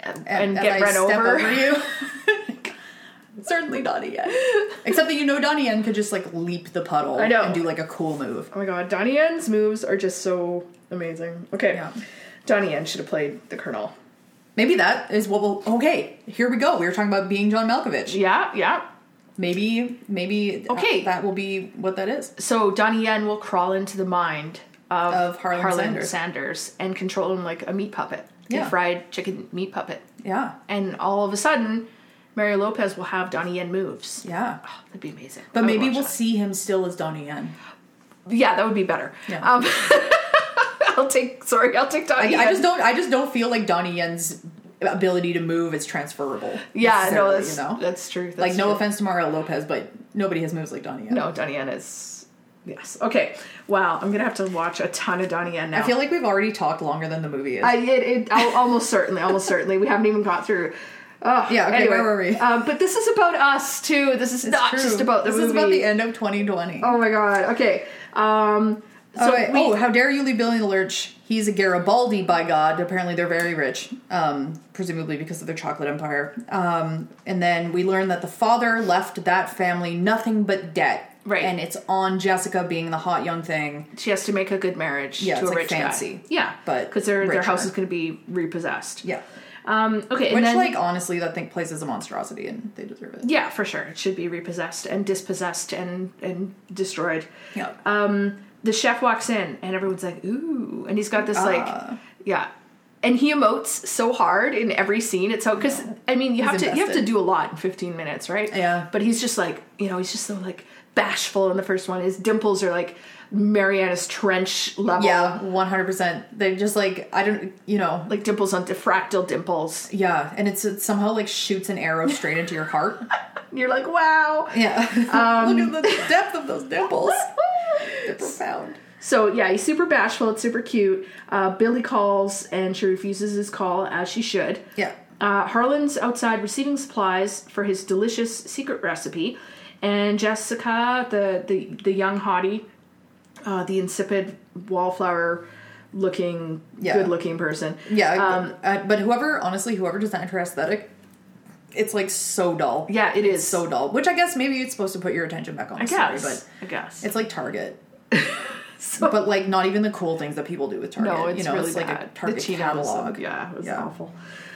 Speaker 2: and, and get
Speaker 1: I
Speaker 2: run
Speaker 1: step
Speaker 2: over?
Speaker 1: you. Certainly Donnie Yen. Except that you know Donnie Yen could just like leap the puddle
Speaker 2: I know.
Speaker 1: and do like a cool move.
Speaker 2: Oh my god, Donnie Yen's moves are just so amazing. Okay,
Speaker 1: Yeah.
Speaker 2: Donnie Yen should have played the Colonel.
Speaker 1: Maybe that is what will. Okay, here we go. We were talking about being John Malkovich.
Speaker 2: Yeah, yeah.
Speaker 1: Maybe, maybe. uh,
Speaker 2: Okay.
Speaker 1: that will be what that is.
Speaker 2: So Donnie Yen will crawl into the mind of,
Speaker 1: Of Harlan Sanders.
Speaker 2: and control him like a meat puppet,
Speaker 1: Yeah.
Speaker 2: a fried chicken meat puppet.
Speaker 1: Yeah,
Speaker 2: And all of a sudden, Mario Lopez will have Donnie Yen moves.
Speaker 1: yeah.
Speaker 2: Oh, that'd be amazing. I
Speaker 1: But
Speaker 2: would
Speaker 1: maybe
Speaker 2: watch
Speaker 1: we'll
Speaker 2: that.
Speaker 1: see him still as Donnie Yen.
Speaker 2: Yeah, that would be better.
Speaker 1: Yeah.
Speaker 2: Um, I'll take. Sorry, I'll take Donnie.
Speaker 1: I, I
Speaker 2: Yen.
Speaker 1: just don't. I just don't feel like Donnie Yen's ability to move is transferable.
Speaker 2: Yeah, no,
Speaker 1: necessarily,
Speaker 2: that's that's true.
Speaker 1: like
Speaker 2: that's
Speaker 1: no
Speaker 2: true.
Speaker 1: offense to Mario Lopez, but nobody has moves like Donnie Yen.
Speaker 2: No, Donnie Yen is. Yes. Okay. Wow. I'm gonna have to watch a ton of Donnie Yen now.
Speaker 1: I feel like we've already talked longer than the movie is.
Speaker 2: I, it, it, al- almost certainly, almost certainly. We haven't even got through. Oh,
Speaker 1: Yeah, okay,
Speaker 2: anyway.
Speaker 1: where were we?
Speaker 2: Um, but this is about us too. This is
Speaker 1: It's
Speaker 2: not
Speaker 1: true.
Speaker 2: just about the
Speaker 1: this
Speaker 2: movie.
Speaker 1: is about the end of 2020.
Speaker 2: Oh my god. Okay. Um, so
Speaker 1: oh, wait.
Speaker 2: we-
Speaker 1: oh, how dare you leave Billy in the lurch? He's a Garibaldi by God. Apparently, they're very rich, um, presumably because of their chocolate empire. Um, and then we learn that the father left that family nothing but debt.
Speaker 2: Right.
Speaker 1: And it's on Jessica being the hot young thing.
Speaker 2: she has to make a good marriage
Speaker 1: Yeah,
Speaker 2: to
Speaker 1: it's
Speaker 2: a
Speaker 1: like
Speaker 2: rich
Speaker 1: fancy,
Speaker 2: guy. Yeah,
Speaker 1: but
Speaker 2: because their their
Speaker 1: richer.
Speaker 2: house is going to be repossessed.
Speaker 1: Yeah.
Speaker 2: Um, okay,
Speaker 1: Which,
Speaker 2: and then,
Speaker 1: like, honestly, that thing plays as a monstrosity, and they deserve it.
Speaker 2: yeah, for sure, it should be repossessed and dispossessed and and destroyed.
Speaker 1: Yeah.
Speaker 2: Um, the chef walks in and everyone's like, "Ooh!" And he's got this
Speaker 1: Ah.
Speaker 2: like, yeah, and he emotes so hard in every scene. It's so because I mean you have to you have to
Speaker 1: invested.
Speaker 2: do a lot in fifteen minutes, right?
Speaker 1: Yeah.
Speaker 2: But he's just like you know he's just so like bashful in the first one. His dimples are like Mariana's Trench level,
Speaker 1: Yeah, one hundred percent. They just like I don't, you know,
Speaker 2: like dimples on diffractal dimples.
Speaker 1: yeah, and it's it somehow like shoots an arrow straight into your heart.
Speaker 2: And you're like, wow.
Speaker 1: Yeah,
Speaker 2: Um,
Speaker 1: look at the depth of those dimples. They're profound.
Speaker 2: So yeah, he's super bashful. It's super cute. Uh, Billy calls and she refuses his call as she should.
Speaker 1: Yeah,
Speaker 2: Uh, Harlan's outside receiving supplies for his delicious secret recipe, and Jessica, the the, the young hottie, uh, the insipid wallflower looking
Speaker 1: Yeah.
Speaker 2: good looking person.
Speaker 1: yeah. uh, but whoever, honestly, whoever designed her aesthetic it's like so dull.
Speaker 2: Yeah, it
Speaker 1: it's
Speaker 2: is.
Speaker 1: so dull. Which I guess maybe it's supposed to put your attention back on.
Speaker 2: I
Speaker 1: the story,
Speaker 2: guess.
Speaker 1: but
Speaker 2: I guess.
Speaker 1: it's like Target. but like not even the cool things that people do with Target.
Speaker 2: No, it's
Speaker 1: you know,
Speaker 2: really
Speaker 1: it's like
Speaker 2: bad.
Speaker 1: a Target
Speaker 2: Cheetos,
Speaker 1: catalog.
Speaker 2: Yeah, it was
Speaker 1: Yeah.
Speaker 2: awful.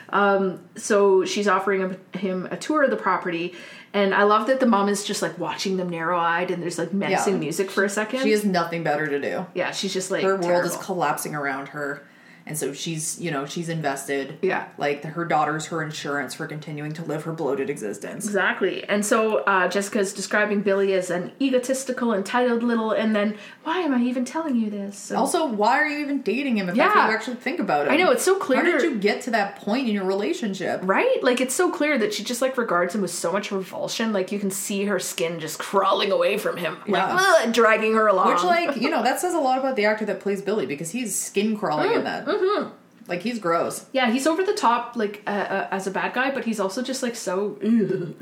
Speaker 2: Um, so she's offering him, him a tour of the property, and I love that the mom is just like watching them narrow eyed, and there's like menacing
Speaker 1: Yeah.
Speaker 2: music for a second.
Speaker 1: She has nothing better to do.
Speaker 2: yeah, she's just like
Speaker 1: Her world is
Speaker 2: terrible.
Speaker 1: collapsing around her. And so she's, you know, she's invested.
Speaker 2: Yeah.
Speaker 1: Like her daughter's her insurance for continuing to live her bloated existence.
Speaker 2: Exactly. And so uh, Jessica's describing Billy as an egotistical, entitled little, and then, why am I even telling you this? So-
Speaker 1: Also, why are you even dating him if that's
Speaker 2: Yeah.
Speaker 1: what you actually think about it?
Speaker 2: I know, it's so clear.
Speaker 1: How did you get to that point in your relationship?
Speaker 2: Right? Like, it's so clear that she just, like, regards him with so much revulsion. Like, you can see her skin just crawling away from him. Like,
Speaker 1: Yeah.
Speaker 2: ugh, dragging her along.
Speaker 1: Which, like, you know, that says a lot about the actor that plays Billy because he's skin crawling
Speaker 2: Mm,
Speaker 1: in that. Mm-hmm. Like, he's gross.
Speaker 2: Yeah, he's over the top, like, uh, uh, as a bad guy, but he's also just, like, so...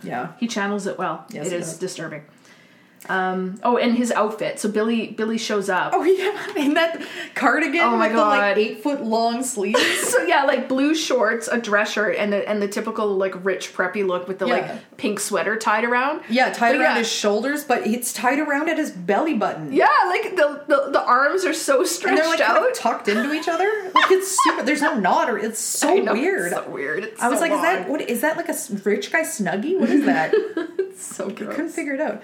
Speaker 1: Yeah.
Speaker 2: He channels it well.
Speaker 1: Mm. Yes,
Speaker 2: it
Speaker 1: he
Speaker 2: is
Speaker 1: does.
Speaker 2: disturbing. Um, oh, and his outfit. So Billy Billy shows up.
Speaker 1: Oh, yeah. In that cardigan
Speaker 2: Oh my
Speaker 1: with the, like,
Speaker 2: God.
Speaker 1: eight foot long sleeves.
Speaker 2: So yeah, like blue shorts, a dress shirt, and the, and the typical like rich preppy look with the
Speaker 1: Yeah.
Speaker 2: like pink sweater tied around.
Speaker 1: Yeah, tied
Speaker 2: But
Speaker 1: around
Speaker 2: yeah.
Speaker 1: his shoulders, but it's tied around at his belly button.
Speaker 2: Yeah, like the the, the arms are so
Speaker 1: And
Speaker 2: stretched
Speaker 1: they're like kind
Speaker 2: out.
Speaker 1: of tucked into each other. Like it's super. There's no knot, or it's so
Speaker 2: I know, it's
Speaker 1: weird.
Speaker 2: so weird. It's
Speaker 1: I was
Speaker 2: so
Speaker 1: like, is that
Speaker 2: odd.
Speaker 1: what? Is that like a s- rich guy snuggie? What is that?
Speaker 2: so gross?
Speaker 1: Couldn't figure it out.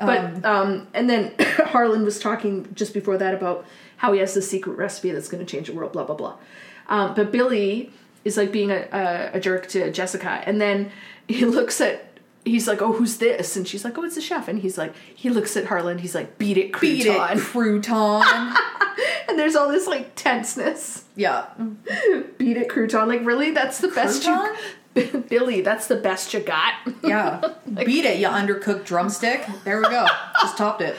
Speaker 2: but um, and then Harlan was talking just before that about how he has this secret recipe that's going to change the world, blah blah blah. Um, but Billy is like being a, a, a jerk to Jessica, and then he looks at. He's like, oh, who's this? And she's like, oh, it's the chef. And he's like, he looks at Harlan. He's like, beat it, crouton.
Speaker 1: Beat it, crouton.
Speaker 2: And there's all this like tenseness.
Speaker 1: yeah,
Speaker 2: Beat it, crouton. Like really, that's the best
Speaker 1: Crouton?
Speaker 2: you, Billy. That's the best you got.
Speaker 1: yeah. Beat it, you undercooked drumstick. There we go. Just topped it.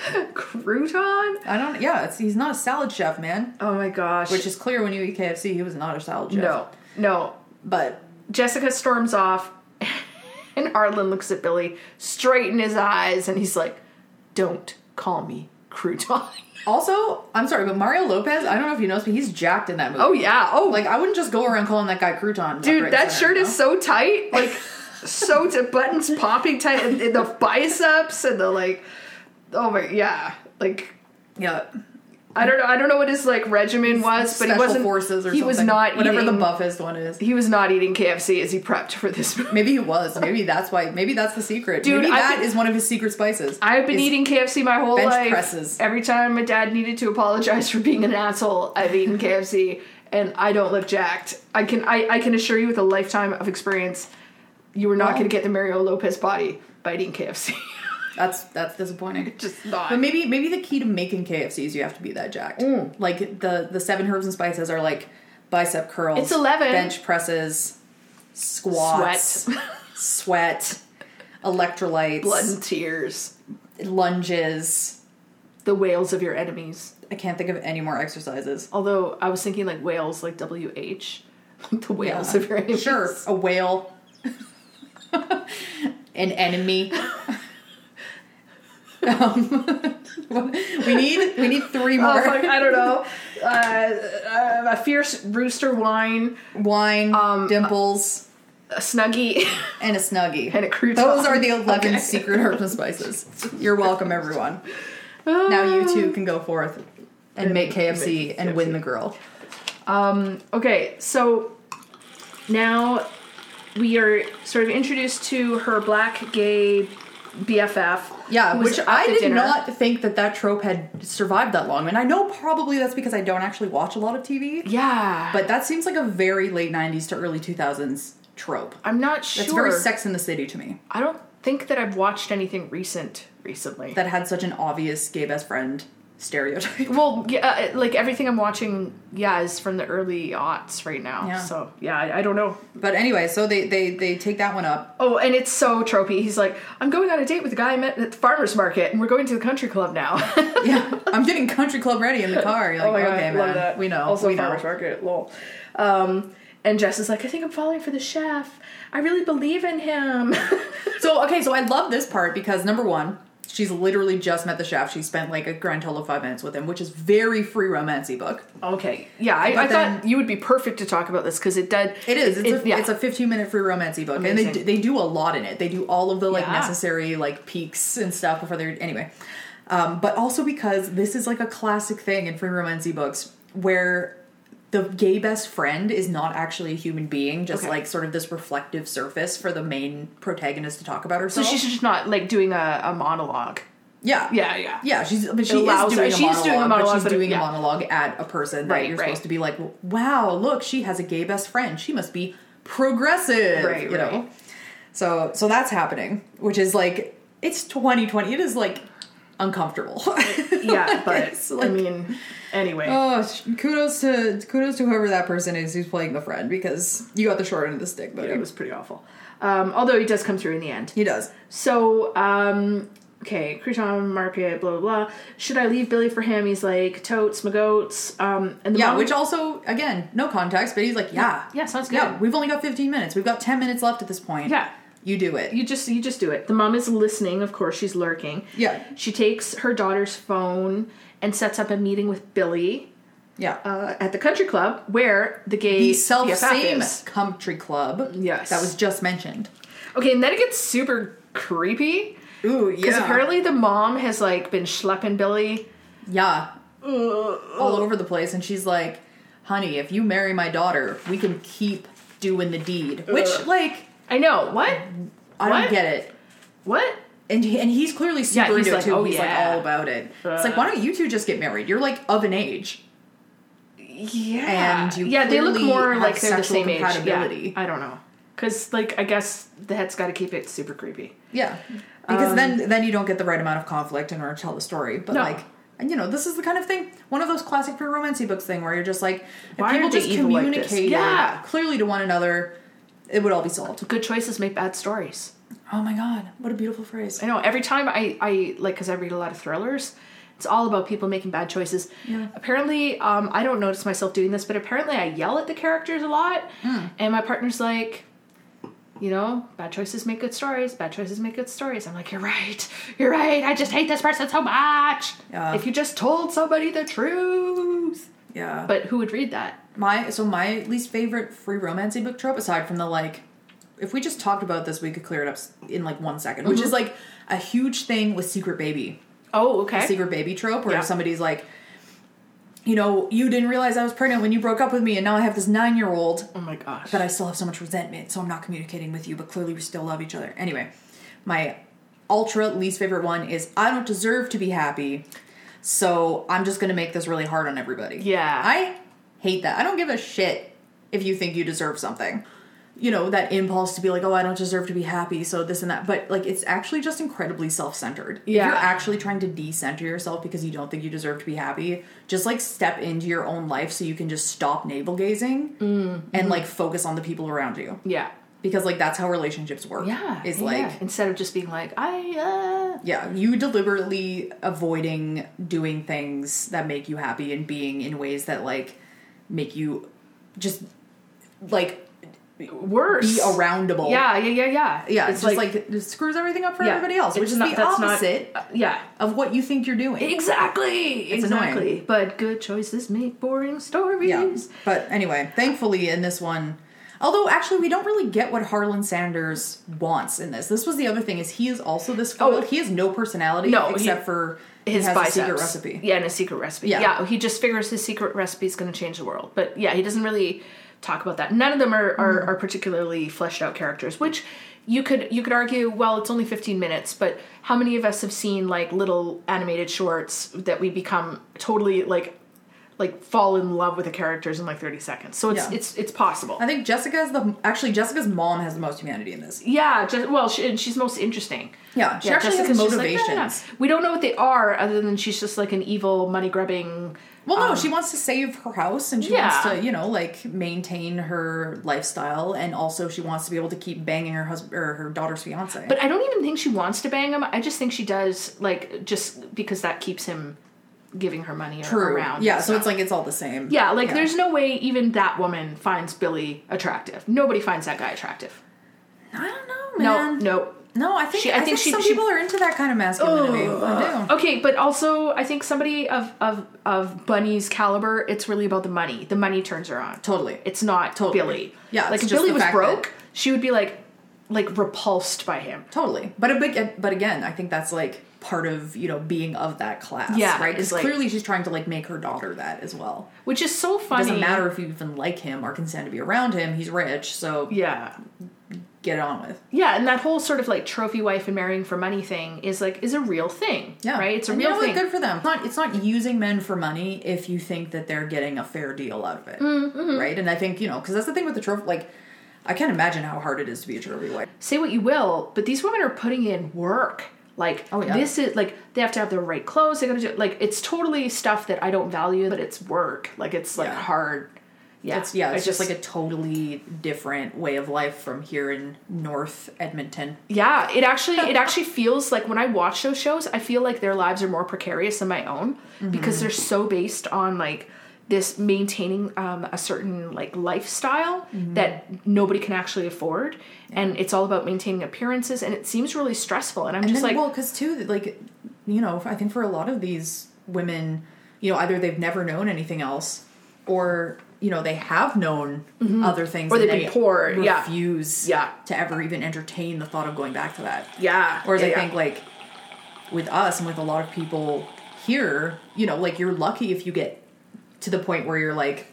Speaker 2: crouton.
Speaker 1: I don't. Yeah, it's, he's not a salad chef, man.
Speaker 2: Oh my gosh.
Speaker 1: Which is clear when you eat KFC. He was not a salad chef.
Speaker 2: no, no.
Speaker 1: but
Speaker 2: Jessica storms off, and Harlan looks at Billy straight in his eyes, and he's like, "Don't call me crouton."
Speaker 1: also, I'm sorry, but Mario Lopez. I don't know if you noticed, but he's jacked in that movie.
Speaker 2: Oh yeah. Oh
Speaker 1: Like I wouldn't just go around calling that guy crouton. left, right,
Speaker 2: dude,
Speaker 1: and
Speaker 2: that
Speaker 1: center,
Speaker 2: shirt
Speaker 1: you
Speaker 2: is
Speaker 1: know?
Speaker 2: so tight. Like so the buttons popping tight, and, and the biceps, and the like. Oh my yeah, like.
Speaker 1: yeah.
Speaker 2: I don't know. I don't know what his like regimen was, but
Speaker 1: Special
Speaker 2: he wasn't.
Speaker 1: forces or
Speaker 2: he
Speaker 1: something.
Speaker 2: was not
Speaker 1: whatever
Speaker 2: eating,
Speaker 1: the buffest one is.
Speaker 2: He was not eating KFC as he prepped for this. movie.
Speaker 1: Maybe he was. Maybe that's why. Maybe that's the secret.
Speaker 2: Dude,
Speaker 1: maybe
Speaker 2: I've
Speaker 1: that
Speaker 2: been-
Speaker 1: is one of his secret spices.
Speaker 2: I've been
Speaker 1: Is-
Speaker 2: eating KFC my whole
Speaker 1: bench
Speaker 2: life.
Speaker 1: presses.
Speaker 2: Every time my dad needed to apologize for being an asshole, I've eaten KFC, and I don't look jacked. I can I, I can assure you, with a lifetime of experience, you are not
Speaker 1: Well.
Speaker 2: going to get the Mario Lopez body by eating KFC.
Speaker 1: That's that's disappointing.
Speaker 2: Just not.
Speaker 1: But maybe maybe the key to making KFC is you have to be that jacked.
Speaker 2: Mm.
Speaker 1: Like the the seven herbs and spices are like bicep curls.
Speaker 2: It's 11.
Speaker 1: bench presses, squats,
Speaker 2: Sweat,
Speaker 1: sweat, electrolytes,
Speaker 2: blood, and tears.
Speaker 1: lunges.
Speaker 2: The wails of your enemies.
Speaker 1: I can't think of any more exercises.
Speaker 2: Although I was thinking like whales, like W H, like the whales
Speaker 1: Yeah.
Speaker 2: of your enemies.
Speaker 1: Sure, a whale, an enemy. um, we need we need three
Speaker 2: Oh,
Speaker 1: more
Speaker 2: fuck, I don't know. Uh, uh, a fierce rooster wine,
Speaker 1: wine,
Speaker 2: Um,
Speaker 1: dimples,
Speaker 2: a snuggie,
Speaker 1: and a snuggie.
Speaker 2: and a crouton.
Speaker 1: Those are the eleven
Speaker 2: Okay.
Speaker 1: secret herbs and spices. You're welcome, everyone. Now you two can go forth and make KFC and win the girl.
Speaker 2: Um, okay, so now we are sort of introduced to her black gay BFF.
Speaker 1: Yeah,
Speaker 2: who was
Speaker 1: which
Speaker 2: at
Speaker 1: I
Speaker 2: the
Speaker 1: did
Speaker 2: dinner.
Speaker 1: not think that that trope had survived that long, and I know probably that's because I don't actually watch a lot of TV.
Speaker 2: Yeah, but
Speaker 1: But that seems like a very late 90s to early 2000s trope.
Speaker 2: I'm not sure.
Speaker 1: That's very Sex in the City to me.
Speaker 2: I don't think that I've watched anything recent recently.
Speaker 1: That had such an obvious gay best friend stereotype.
Speaker 2: well, yeah, uh, like everything I'm watching, yeah, is from the early aughts right now.
Speaker 1: Yeah.
Speaker 2: So yeah, I, I don't know.
Speaker 1: But anyway, so they, they, they take that one up.
Speaker 2: Oh, and it's so tropey. He's like, I'm going on a date with a guy I met at the farmer's market, and we're going to the country club now.
Speaker 1: Yeah, I'm getting country club ready in the car.
Speaker 2: Oh
Speaker 1: You're like, okay, man, we know.
Speaker 2: Also,
Speaker 1: we know.
Speaker 2: farmer's market, lol. Um, and Jess is like, I think I'm falling for the chef. I really believe in him.
Speaker 1: So, okay, so I love this part because number one, She's literally just met the chef. She spent like a grand total of five minutes with him, which is very free romancey book.
Speaker 2: Okay. Yeah, I, I
Speaker 1: But then-
Speaker 2: thought you would be perfect to talk about this because it did.
Speaker 1: It is. It's, a,
Speaker 2: yeah.
Speaker 1: it's a 15 minute free romancey book, and they
Speaker 2: Amazing.
Speaker 1: d- they do a lot in it. They do all of the like
Speaker 2: Yeah.
Speaker 1: necessary like peaks and stuff before they're anyway. Um, but also because this is like a classic thing in free romancey books where the gay best friend is not actually a human being, just
Speaker 2: Okay.
Speaker 1: like sort of this reflective surface for the main protagonist to talk about
Speaker 2: so
Speaker 1: herself.
Speaker 2: she's just not like doing a, a monologue.
Speaker 1: yeah,
Speaker 2: Yeah, yeah.
Speaker 1: yeah, she's but she
Speaker 2: allows
Speaker 1: is
Speaker 2: her-
Speaker 1: doing, a
Speaker 2: she is
Speaker 1: monologue,
Speaker 2: doing a
Speaker 1: but
Speaker 2: monologue,
Speaker 1: she's
Speaker 2: but it-
Speaker 1: doing
Speaker 2: yeah.
Speaker 1: a monologue at a person that
Speaker 2: Right,
Speaker 1: you're
Speaker 2: right.
Speaker 1: supposed to be like, wow, look, she has a gay best friend. She must be progressive,
Speaker 2: Right,
Speaker 1: you know.
Speaker 2: right.
Speaker 1: So so that's happening, which is like it's 2020. It is like uncomfortable.
Speaker 2: Yeah, but
Speaker 1: It's
Speaker 2: I
Speaker 1: like-
Speaker 2: mean, anyway.
Speaker 1: oh, sh- kudos to kudos to whoever that person is who's playing the friend because you got the short end of the stick, buddy.
Speaker 2: it was pretty awful. Um, although he does come through in the end.
Speaker 1: He does.
Speaker 2: So, um, okay, crouton market, blah, blah, blah. Should I leave Billy for him? He's like, totes, my goats. Um, and the
Speaker 1: Yeah,
Speaker 2: mom-
Speaker 1: which also again, no context, but he's like, yeah,
Speaker 2: Yeah, sounds
Speaker 1: Yeah,
Speaker 2: good.
Speaker 1: we've only got 15 minutes. We've got 10 minutes left at this point.
Speaker 2: Yeah.
Speaker 1: you do it.
Speaker 2: you just you just do it. The mom is listening, of course, she's lurking.
Speaker 1: Yeah.
Speaker 2: She takes her daughter's phone and sets up a meeting with Billy
Speaker 1: yeah.
Speaker 2: uh, at the country club where the gay
Speaker 1: the self
Speaker 2: PFF
Speaker 1: same
Speaker 2: is.
Speaker 1: country club.
Speaker 2: Yes.
Speaker 1: that was just mentioned.
Speaker 2: Okay, and then it gets super creepy
Speaker 1: Ooh, yeah.
Speaker 2: because apparently the mom has like been schlepping Billy.
Speaker 1: yeah,
Speaker 2: Uh,
Speaker 1: all over the place, and she's like, "Honey, if you marry my daughter, we can keep doing the deed." Which,
Speaker 2: Ugh.
Speaker 1: like,
Speaker 2: I know what
Speaker 1: I
Speaker 2: Uh. What?
Speaker 1: don't get it.
Speaker 2: what.
Speaker 1: And he, and he's clearly super
Speaker 2: he's
Speaker 1: into
Speaker 2: like,
Speaker 1: it too.
Speaker 2: "Oh,
Speaker 1: he's
Speaker 2: yeah."
Speaker 1: like all about it. it's like, why don't you two just get married? You're like of an age,
Speaker 2: Yeah,
Speaker 1: And you
Speaker 2: yeah, they look
Speaker 1: clearly
Speaker 2: more
Speaker 1: have
Speaker 2: like they're the
Speaker 1: sexual
Speaker 2: same age. Yeah,
Speaker 1: compatibility.
Speaker 2: I don't know, because like I guess the head's got to keep it super creepy.
Speaker 1: yeah. Because then then you don't get the right amount of conflict in order to tell the story. But
Speaker 2: No.
Speaker 1: like. And you know, this is the kind of thing, one of those classic free romancy books thing where you're just like, if
Speaker 2: Why
Speaker 1: people
Speaker 2: are they
Speaker 1: just
Speaker 2: evil like this?
Speaker 1: communicated
Speaker 2: Yeah.
Speaker 1: clearly to one another, it would all be solved.
Speaker 2: Good choices make bad stories.
Speaker 1: Oh my god, what a beautiful phrase.
Speaker 2: I know every time I I like because I read a lot of thrillers, it's all about people making bad choices.
Speaker 1: Yeah.
Speaker 2: Apparently, um, I don't notice myself doing this, but apparently I yell at the characters a lot,
Speaker 1: Hmm.
Speaker 2: and my partner's like. You know, bad choices make good stories. Bad choices make good stories. I'm like, you're right. You're right. I just hate this person so much.
Speaker 1: Yeah.
Speaker 2: If you just told somebody the truth.
Speaker 1: Yeah.
Speaker 2: But who would read that?
Speaker 1: my so my least favorite free romancy book trope aside from the like if we just talked about this we could clear it up s- in like one second, which is like a huge thing with secret baby
Speaker 2: Oh, okay.
Speaker 1: secret baby trope where
Speaker 2: Yeah.
Speaker 1: somebody's like you know you didn't realize i was pregnant when you broke up with me and now i have this nine year old
Speaker 2: Oh my gosh.
Speaker 1: but i still have so much resentment so i'm not communicating with you but clearly we still love each other anyway my ultra least favorite one is i don't deserve to be happy so i'm just gonna make this really hard on everybody
Speaker 2: Yeah.
Speaker 1: i hate that i don't give a shit if you think you deserve something you know that impulse to be like oh i don't deserve to be happy so this and that but like it's actually just incredibly self-centered if
Speaker 2: Yeah.
Speaker 1: you're actually trying to de-center yourself because you don't think you deserve to be happy just like step into your own life so you can just stop navel gazing
Speaker 2: Mm-hmm.
Speaker 1: and like focus on the people around you
Speaker 2: yeah.
Speaker 1: because like that's how relationships work
Speaker 2: Yeah.
Speaker 1: is
Speaker 2: yeah.
Speaker 1: like
Speaker 2: instead of just being like, I uh
Speaker 1: yeah, you deliberately avoiding doing things that make you happy and being in ways that like make you just like
Speaker 2: uh," worse.
Speaker 1: be aroundable
Speaker 2: Yeah, yeah, yeah, yeah.
Speaker 1: Yeah, it's, just like, it screws everything up for
Speaker 2: yeah,
Speaker 1: everybody else, which
Speaker 2: it's
Speaker 1: is the
Speaker 2: that's
Speaker 1: opposite
Speaker 2: uh, yeah,
Speaker 1: of what you think you're doing.
Speaker 2: exactly,
Speaker 1: It's
Speaker 2: exactly.
Speaker 1: annoying.
Speaker 2: But good choices make boring stories.
Speaker 1: yeah. But anyway, thankfully in this one, although actually we don't really get what Harlan Sanders wants in this. This was the other thing is he is also this fool.
Speaker 2: Oh.
Speaker 1: he has no personality
Speaker 2: No, he-
Speaker 1: except for he
Speaker 2: His
Speaker 1: has
Speaker 2: biceps.
Speaker 1: a secret recipe.
Speaker 2: Yeah, and a secret recipe.
Speaker 1: Yeah.
Speaker 2: Yeah. he just figures his secret recipe is going to change the world. But yeah, he doesn't really talk about that. None of them are, are,
Speaker 1: Mm.
Speaker 2: are particularly fleshed out characters, which you could you could argue. Well, it's only fifteen minutes, but how many of us have seen like little animated shorts that we become totally like like fall in love with the characters in like thirty seconds? So it's
Speaker 1: Yeah.
Speaker 2: it's it's possible.
Speaker 1: I think Jessica's the actually Jessica's mom has the most humanity in this.
Speaker 2: Yeah, just, well, she, and she's most interesting.
Speaker 1: Yeah, she actually has
Speaker 2: Jessica's just like, "Ah,
Speaker 1: motivations.
Speaker 2: We don't know what they are, other than she's just like an evil money grubbing.
Speaker 1: Well, no, she wants to save her house and she wants
Speaker 2: Um, Yeah.
Speaker 1: to, you know, like maintain her lifestyle, and also she wants to be able to keep banging her husband or her daughter's fiance.
Speaker 2: But I don't even think she wants to bang him. I just think she does, like, just because that keeps him giving her money or
Speaker 1: True.
Speaker 2: around. and
Speaker 1: yeah, so it's
Speaker 2: stuff.
Speaker 1: like it's all the same.
Speaker 2: yeah, like there's no way even that woman finds Billy attractive. Nobody finds that guy attractive.
Speaker 1: I don't know, man.
Speaker 2: No, no,
Speaker 1: No, I think
Speaker 2: She-
Speaker 1: I, think,
Speaker 2: she-
Speaker 1: some
Speaker 2: she-
Speaker 1: people are into that kind of masculinity. I do.
Speaker 2: Okay, but also I think somebody of of of Bunny's caliber, it's really about the money. The money turns her on.
Speaker 1: Totally.
Speaker 2: It's not
Speaker 1: Totally.
Speaker 2: Billy.
Speaker 1: Yeah,
Speaker 2: like
Speaker 1: it's
Speaker 2: if
Speaker 1: just
Speaker 2: Billy
Speaker 1: the
Speaker 2: was
Speaker 1: fact
Speaker 2: broke, she would be like like repulsed by him.
Speaker 1: Totally, but a big, but again, I think that's like part of you know being of that class,
Speaker 2: Yeah,
Speaker 1: right? Because
Speaker 2: it's like-
Speaker 1: clearly she's trying to like make her daughter that as well.
Speaker 2: Which is so
Speaker 1: It
Speaker 2: funny.
Speaker 1: doesn't matter if you even like him or consent to be around him; he's rich, so
Speaker 2: Yeah.
Speaker 1: get on with.
Speaker 2: Yeah, and that whole sort of like trophy wife and marrying for money thing is like is a real thing.
Speaker 1: Yeah,
Speaker 2: Right? It's a
Speaker 1: And you
Speaker 2: real
Speaker 1: know what?
Speaker 2: thing.
Speaker 1: Good for them. It's not it's not using men for money if you think that they're getting a fair deal out of it,
Speaker 2: Mm, mm-hmm.
Speaker 1: right? And I think you know because that's the thing with the trophy. Like, I can't imagine how hard it is to be a trophy wife.
Speaker 2: say what you will, but these women are putting in work. Like
Speaker 1: Oh, yeah.
Speaker 2: this is like they have to have the right clothes. They got to do like it's totally stuff that I don't value, but it's work. Like it's like
Speaker 1: Yeah.
Speaker 2: hard. Yeah,
Speaker 1: It's yeah,
Speaker 2: I
Speaker 1: it's just, like a totally different way of life from here in North Edmonton.
Speaker 2: yeah. It actually it actually feels like when I watch those shows, I feel like their lives are more precarious than my own because they're so based on like this maintaining um, a certain like lifestyle that nobody can actually afford, and it's all about maintaining appearances, and it seems really stressful. And I'm
Speaker 1: And
Speaker 2: just
Speaker 1: then,
Speaker 2: like,
Speaker 1: well, because too, that, like, you know, I think for a lot of these women, you know, either they've never known anything else, or you know, they have known other things,
Speaker 2: Mm-hmm. Or
Speaker 1: and
Speaker 2: they've been poor, yeah.
Speaker 1: refuse,
Speaker 2: Yeah.
Speaker 1: to ever even entertain the thought of going back to that.
Speaker 2: yeah,
Speaker 1: Whereas
Speaker 2: yeah,
Speaker 1: I
Speaker 2: yeah.
Speaker 1: think like with us and with a lot of people here, you know, like you're lucky if you get to the point where you're like,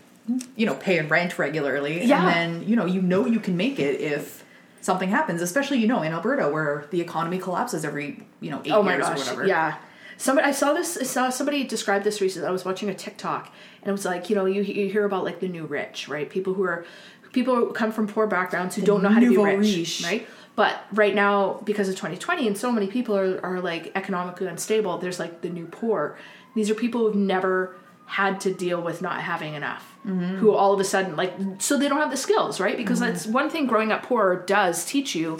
Speaker 1: you know, paying rent regularly,
Speaker 2: Yeah.
Speaker 1: and then you know, you know, you can make it if something happens. Especially you know in Alberta where the economy collapses every you know eight
Speaker 2: oh my
Speaker 1: years
Speaker 2: gosh,
Speaker 1: or whatever.
Speaker 2: yeah. Somebody I saw this I saw somebody describe this recently. I was watching a TikTok and it was like, you know, you, you hear about like the new rich, right? People who are people who come from poor backgrounds who don't know how to be
Speaker 1: nouveau
Speaker 2: rich,
Speaker 1: riche.
Speaker 2: right? But right now, because of 2020 and so many people are, are like economically unstable, there's like the new poor. These are people who've never had to deal with not having enough,
Speaker 1: Mm-hmm.
Speaker 2: who all of a sudden, like, so they don't have the skills, right? Because that's one thing growing up poor does teach you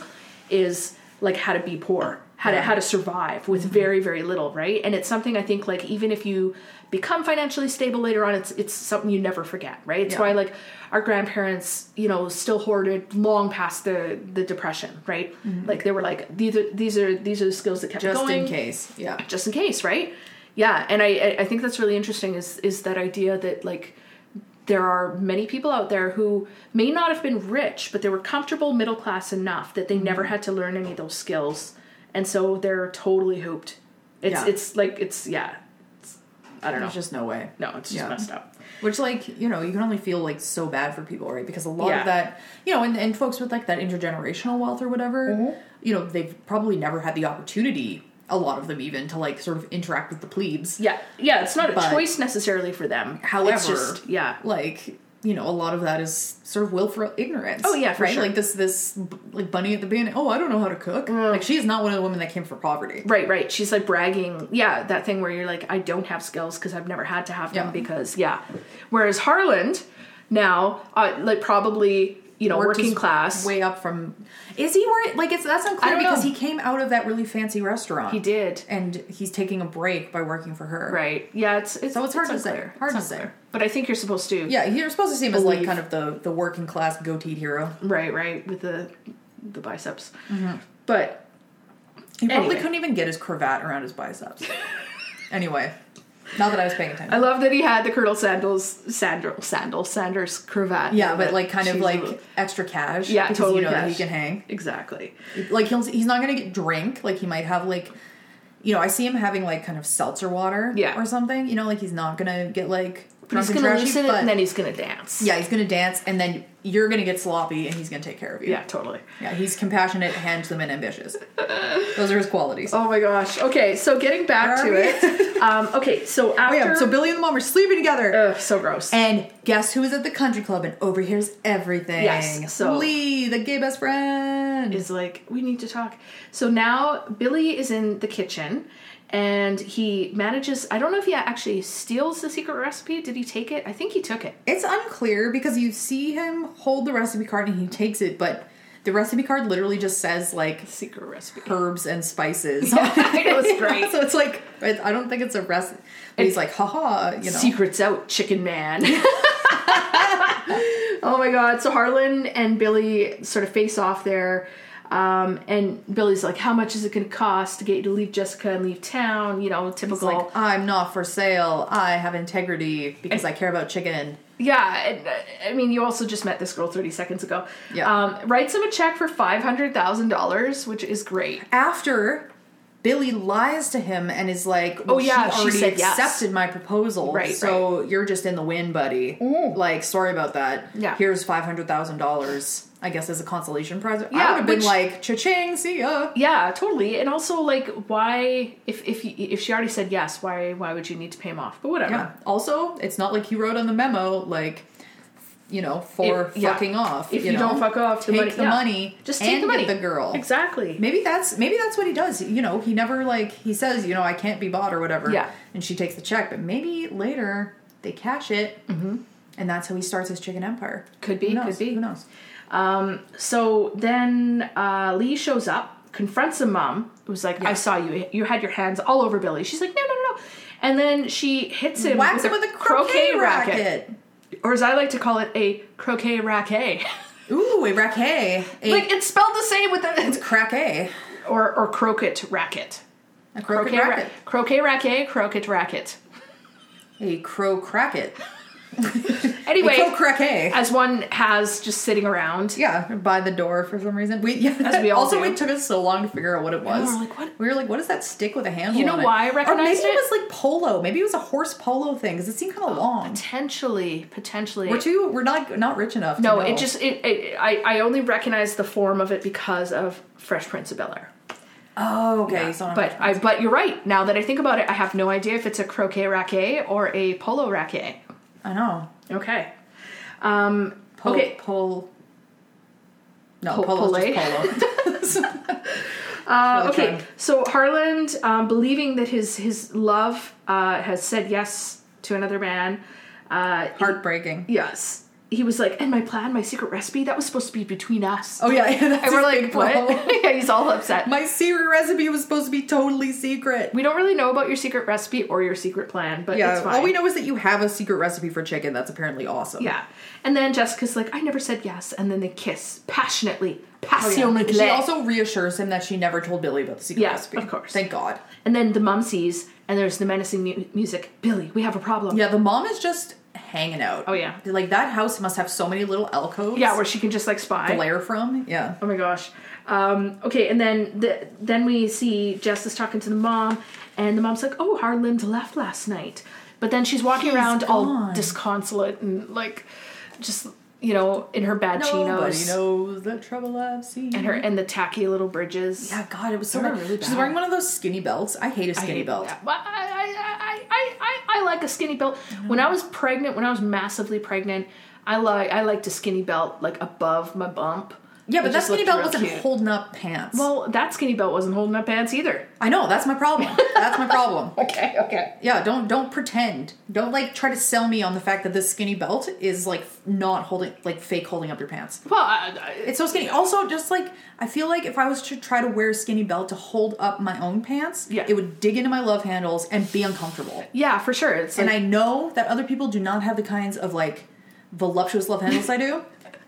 Speaker 2: is like how to be poor how to how to survive with
Speaker 1: Mm-hmm.
Speaker 2: very very little right and it's something i think like even if you become financially stable later on it's it's something you never forget right it's
Speaker 1: Yeah.
Speaker 2: why like our grandparents you know still hoarded long past the the depression right like they were like these are these are these are the skills that kept
Speaker 1: Mm-hmm. just
Speaker 2: going
Speaker 1: in case, yeah.
Speaker 2: just in case, right? Yeah, and I I- I think that's really interesting is is that idea that like there are many people out there who may not have been rich, but they were comfortable middle class enough that they never
Speaker 1: Mm-hmm.
Speaker 2: had to learn any of those skills, and so they're totally hooped. It's
Speaker 1: Yeah.
Speaker 2: it's like it's yeah, it's, I don't know.
Speaker 1: There's just no way.
Speaker 2: no, it's just
Speaker 1: Yeah.
Speaker 2: messed up.
Speaker 1: Which, like, you know, you can only feel like so bad for people, right? Because a lot
Speaker 2: Yeah.
Speaker 1: of that, you know, and, and folks with like that intergenerational wealth or whatever,
Speaker 2: Mm-hmm.
Speaker 1: you know, they've probably never had the opportunity, a lot of them even, to like sort of interact with the plebes.
Speaker 2: Yeah, yeah, it's not a
Speaker 1: But-
Speaker 2: choice necessarily for them.
Speaker 1: However,
Speaker 2: it's just, yeah,
Speaker 1: Like, you know, a lot of that is sort of willful ignorance.
Speaker 2: Oh, yeah, for
Speaker 1: right.
Speaker 2: sure.
Speaker 1: Like this, this like bunny at the beginning. Oh, I don't know how to cook.
Speaker 2: Mm.
Speaker 1: Like she is not one of the women that came for poverty.
Speaker 2: Right, right. She's like bragging. Yeah, that thing where you're like, I don't have skills because I've never had to have them
Speaker 1: Yeah.
Speaker 2: because, yeah. Whereas Harland now, uh, like, probably, you know,
Speaker 1: Worked
Speaker 2: working
Speaker 1: his
Speaker 2: class.
Speaker 1: way up from. Is he where? Like it's that's unclear
Speaker 2: I don't
Speaker 1: because
Speaker 2: know.
Speaker 1: he came out of that really fancy restaurant.
Speaker 2: He did.
Speaker 1: and he's taking a break by working for her.
Speaker 2: Right. Yeah, it's, it's
Speaker 1: So it's hard to say.
Speaker 2: unclear.
Speaker 1: Hard
Speaker 2: It's
Speaker 1: to
Speaker 2: unclear.
Speaker 1: say.
Speaker 2: But I think you're supposed to.
Speaker 1: Yeah, you're supposed to see him as like
Speaker 2: Believe.
Speaker 1: kind of the the working class goateed hero.
Speaker 2: Right, right. With the the biceps.
Speaker 1: Mm-hmm.
Speaker 2: But
Speaker 1: He probably
Speaker 2: Anyway.
Speaker 1: couldn't even get his cravat around his biceps. anyway, now that I was paying attention.
Speaker 2: I love that he had the Colonel Sandals, Sandal, Sandal, Sanders cravat.
Speaker 1: yeah, but like kind of
Speaker 2: She's
Speaker 1: like
Speaker 2: a-
Speaker 1: extra cash.
Speaker 2: Yeah,
Speaker 1: because
Speaker 2: totally
Speaker 1: You know that he
Speaker 2: cash.
Speaker 1: can hang.
Speaker 2: Exactly.
Speaker 1: Like he'll he's not gonna get drink. Like he might have like, you know, I see him having like kind of seltzer water.
Speaker 2: Yeah.
Speaker 1: or something. You know, like he's not gonna get like.
Speaker 2: But he's
Speaker 1: drunk and
Speaker 2: going to
Speaker 1: trashy,
Speaker 2: loosen it
Speaker 1: but-
Speaker 2: and then he's going to dance.
Speaker 1: Yeah, he's gonna dance, and then you're gonna get sloppy, and he's gonna take care of you.
Speaker 2: Yeah, totally.
Speaker 1: yeah, he's compassionate, handsome, and ambitious. Those are his qualities.
Speaker 2: Oh my gosh. Okay, so getting back to
Speaker 1: Where are
Speaker 2: it. Um, okay, so
Speaker 1: Oh,
Speaker 2: after
Speaker 1: yeah, so Billy and the mom are sleeping together.
Speaker 2: Ugh, so gross.
Speaker 1: and guess who is at the country club and overhears everything?
Speaker 2: Yes, so-
Speaker 1: Lee, the gay best friend.
Speaker 2: is like, we need to talk. So now Billy is in the kitchen and he manages I don't know if he actually steals the secret recipe. Did he take it? I think he took it.
Speaker 1: it's unclear because you see him hold the recipe card and he takes it, but the recipe card literally just says like
Speaker 2: Secret recipe.
Speaker 1: herbs and spices.
Speaker 2: I know, it's great.
Speaker 1: so it's like it, I don't think it's a recipe. But he's like, haha, you know.
Speaker 2: Secrets out, chicken man. oh my god. So Harlan and Billy sort of face off there. Um, and Billy's like, "How much is it going to cost to get you to leave Jessica and leave town?" You know,
Speaker 1: It's
Speaker 2: typical.
Speaker 1: like I'm not for sale. I have integrity because I care about chicken.
Speaker 2: yeah, and, uh, I mean, you also just met this girl thirty seconds ago.
Speaker 1: Yeah.
Speaker 2: um, writes him a check for five hundred thousand dollars, which is great.
Speaker 1: After Billy lies to him and is like, well,
Speaker 2: Oh, yeah,
Speaker 1: she
Speaker 2: she
Speaker 1: already
Speaker 2: said yes."
Speaker 1: accepted my proposal,
Speaker 2: Right,
Speaker 1: So you're just in the win, buddy. Like, sorry about that.
Speaker 2: Yeah.
Speaker 1: here's five hundred thousand dollars. I guess as a consolation prize. I
Speaker 2: Yeah,
Speaker 1: would have been
Speaker 2: which-
Speaker 1: like, cha-ching, see ya.
Speaker 2: Yeah, totally. And also, like, why? If if you- if she already said yes, why why would you need to pay him off? But whatever.
Speaker 1: Yeah. Also, it's not like he wrote on the memo, like, you know, for
Speaker 2: If- yeah.
Speaker 1: fucking off.
Speaker 2: If you,
Speaker 1: know?
Speaker 2: don't fuck off,
Speaker 1: take
Speaker 2: the money, yeah.
Speaker 1: just
Speaker 2: Just
Speaker 1: and
Speaker 2: take the money.
Speaker 1: Get the girl.
Speaker 2: Exactly.
Speaker 1: Maybe that's maybe that's what he does. You know, he never like he says, you know, I can't be bought or whatever.
Speaker 2: Yeah.
Speaker 1: And she takes the check, but maybe later they cash it, mm-hmm. and that's how he starts his chicken empire.
Speaker 2: Could be,
Speaker 1: Who knows?
Speaker 2: could be.
Speaker 1: Who knows?
Speaker 2: Um, so then uh, Lee shows up, confronts the mom, who's like, I saw you. You had your hands all over Billy. She's like, no, no, no, no. And then she hits him,
Speaker 1: Whacks him with a croquet, racket.
Speaker 2: Or as I like to call it, a croquet racket.
Speaker 1: Ooh, a racket. A
Speaker 2: like, it's spelled the same with the...
Speaker 1: craquet.
Speaker 2: Or, or croquet racket.
Speaker 1: A croquet,
Speaker 2: ra-
Speaker 1: racket.
Speaker 2: croquet racket, croquet racket.
Speaker 1: a crow cracket.
Speaker 2: Anyway,
Speaker 1: a crow craquet.
Speaker 2: as one has just sitting around.
Speaker 1: Yeah, by the door for some reason. We yeah.
Speaker 2: As we all
Speaker 1: also,
Speaker 2: do.
Speaker 1: it took us so long to figure out what it was.
Speaker 2: we're like, what-
Speaker 1: We were like, what is that stick with a handle?
Speaker 2: You know
Speaker 1: on it?
Speaker 2: why I
Speaker 1: Or maybe
Speaker 2: recognized
Speaker 1: it
Speaker 2: it? Oh,
Speaker 1: was like polo. Maybe it was a horse polo thing because it seemed kind of long.
Speaker 2: Potentially, potentially.
Speaker 1: We're too. We're not not rich enough. to
Speaker 2: No,
Speaker 1: know.
Speaker 2: it just it, it I I only recognize the form of it because of Fresh Prince of Bel Air.
Speaker 1: Oh, okay. so I'm-
Speaker 2: But I but you're right. Now that I think about it, I have no idea if it's a croquet racket or a polo racket.
Speaker 1: I know.
Speaker 2: Okay. Um
Speaker 1: Pol,
Speaker 2: okay.
Speaker 1: Pol. No,
Speaker 2: Pol-
Speaker 1: polo's
Speaker 2: polé.
Speaker 1: just polo.
Speaker 2: Uh,
Speaker 1: really
Speaker 2: okay.
Speaker 1: trying.
Speaker 2: So Harland, um, believing that his his love uh, has said yes to another man, uh,
Speaker 1: Heartbreaking.
Speaker 2: yes, he was like, and my plan, my secret recipe, that was supposed to be between us.
Speaker 1: Oh yeah, yeah that's
Speaker 2: and we're
Speaker 1: his
Speaker 2: like,
Speaker 1: big problem.
Speaker 2: what? yeah, he's all upset.
Speaker 1: My cereal recipe was supposed to be totally secret.
Speaker 2: We don't really know about your secret recipe or your secret plan, but it's
Speaker 1: Yeah,
Speaker 2: fine.
Speaker 1: all we know is that you have a secret recipe for chicken that's apparently awesome.
Speaker 2: Yeah. And then Jessica's like, I never said yes. And then they kiss passionately.
Speaker 1: Oh, Yeah.
Speaker 2: Passionately.
Speaker 1: She also reassures him that she never told Billy about the secret
Speaker 2: Yeah,
Speaker 1: recipe.
Speaker 2: of course.
Speaker 1: Thank God.
Speaker 2: and then the mum sees, and there's the menacing mu- music. Billy, we have a problem.
Speaker 1: Yeah, the mom is just hanging out.
Speaker 2: Oh, yeah.
Speaker 1: Like that house must have so many little alcoves.
Speaker 2: Yeah, where she can just like spy.
Speaker 1: glare from. Yeah.
Speaker 2: Oh my gosh. Um, okay, and then the, then we see Justice talking to the mom, and the mom's like, "Oh, Harland left last night," but then she's walking
Speaker 1: He's
Speaker 2: around
Speaker 1: gone.
Speaker 2: all disconsolate and like, just you know, in her bad
Speaker 1: Nobody
Speaker 2: chinos
Speaker 1: knows the trouble I've seen.
Speaker 2: and her and the tacky little bridges.
Speaker 1: Yeah, God, it was so
Speaker 2: They were
Speaker 1: bad.
Speaker 2: really
Speaker 1: She's
Speaker 2: bad.
Speaker 1: wearing one of those skinny belts. I hate a
Speaker 2: I
Speaker 1: skinny
Speaker 2: hate
Speaker 1: belt.
Speaker 2: that. Well, I, I, I, I, I, I like a skinny belt. When I was pregnant, when I was massively pregnant, I like I liked a skinny belt like above my bump.
Speaker 1: Yeah, but
Speaker 2: It
Speaker 1: that
Speaker 2: just
Speaker 1: skinny
Speaker 2: looked
Speaker 1: belt
Speaker 2: real
Speaker 1: wasn't
Speaker 2: cute.
Speaker 1: holding up pants.
Speaker 2: Well, that skinny belt wasn't holding my pants either.
Speaker 1: I know that's my problem. That's my problem.
Speaker 2: Okay, okay.
Speaker 1: Yeah, don't don't pretend. Don't like try to sell me on the fact that this skinny belt is like not holding like fake holding up your pants.
Speaker 2: Well, I, I,
Speaker 1: It's so skinny. Also, just like I feel like if I was to try to wear a skinny belt to hold up my own pants,
Speaker 2: Yeah.
Speaker 1: it would dig into my love handles and be uncomfortable.
Speaker 2: yeah, for sure. It's
Speaker 1: And
Speaker 2: like,
Speaker 1: I know that other people do not have the kinds of like voluptuous love handles I do.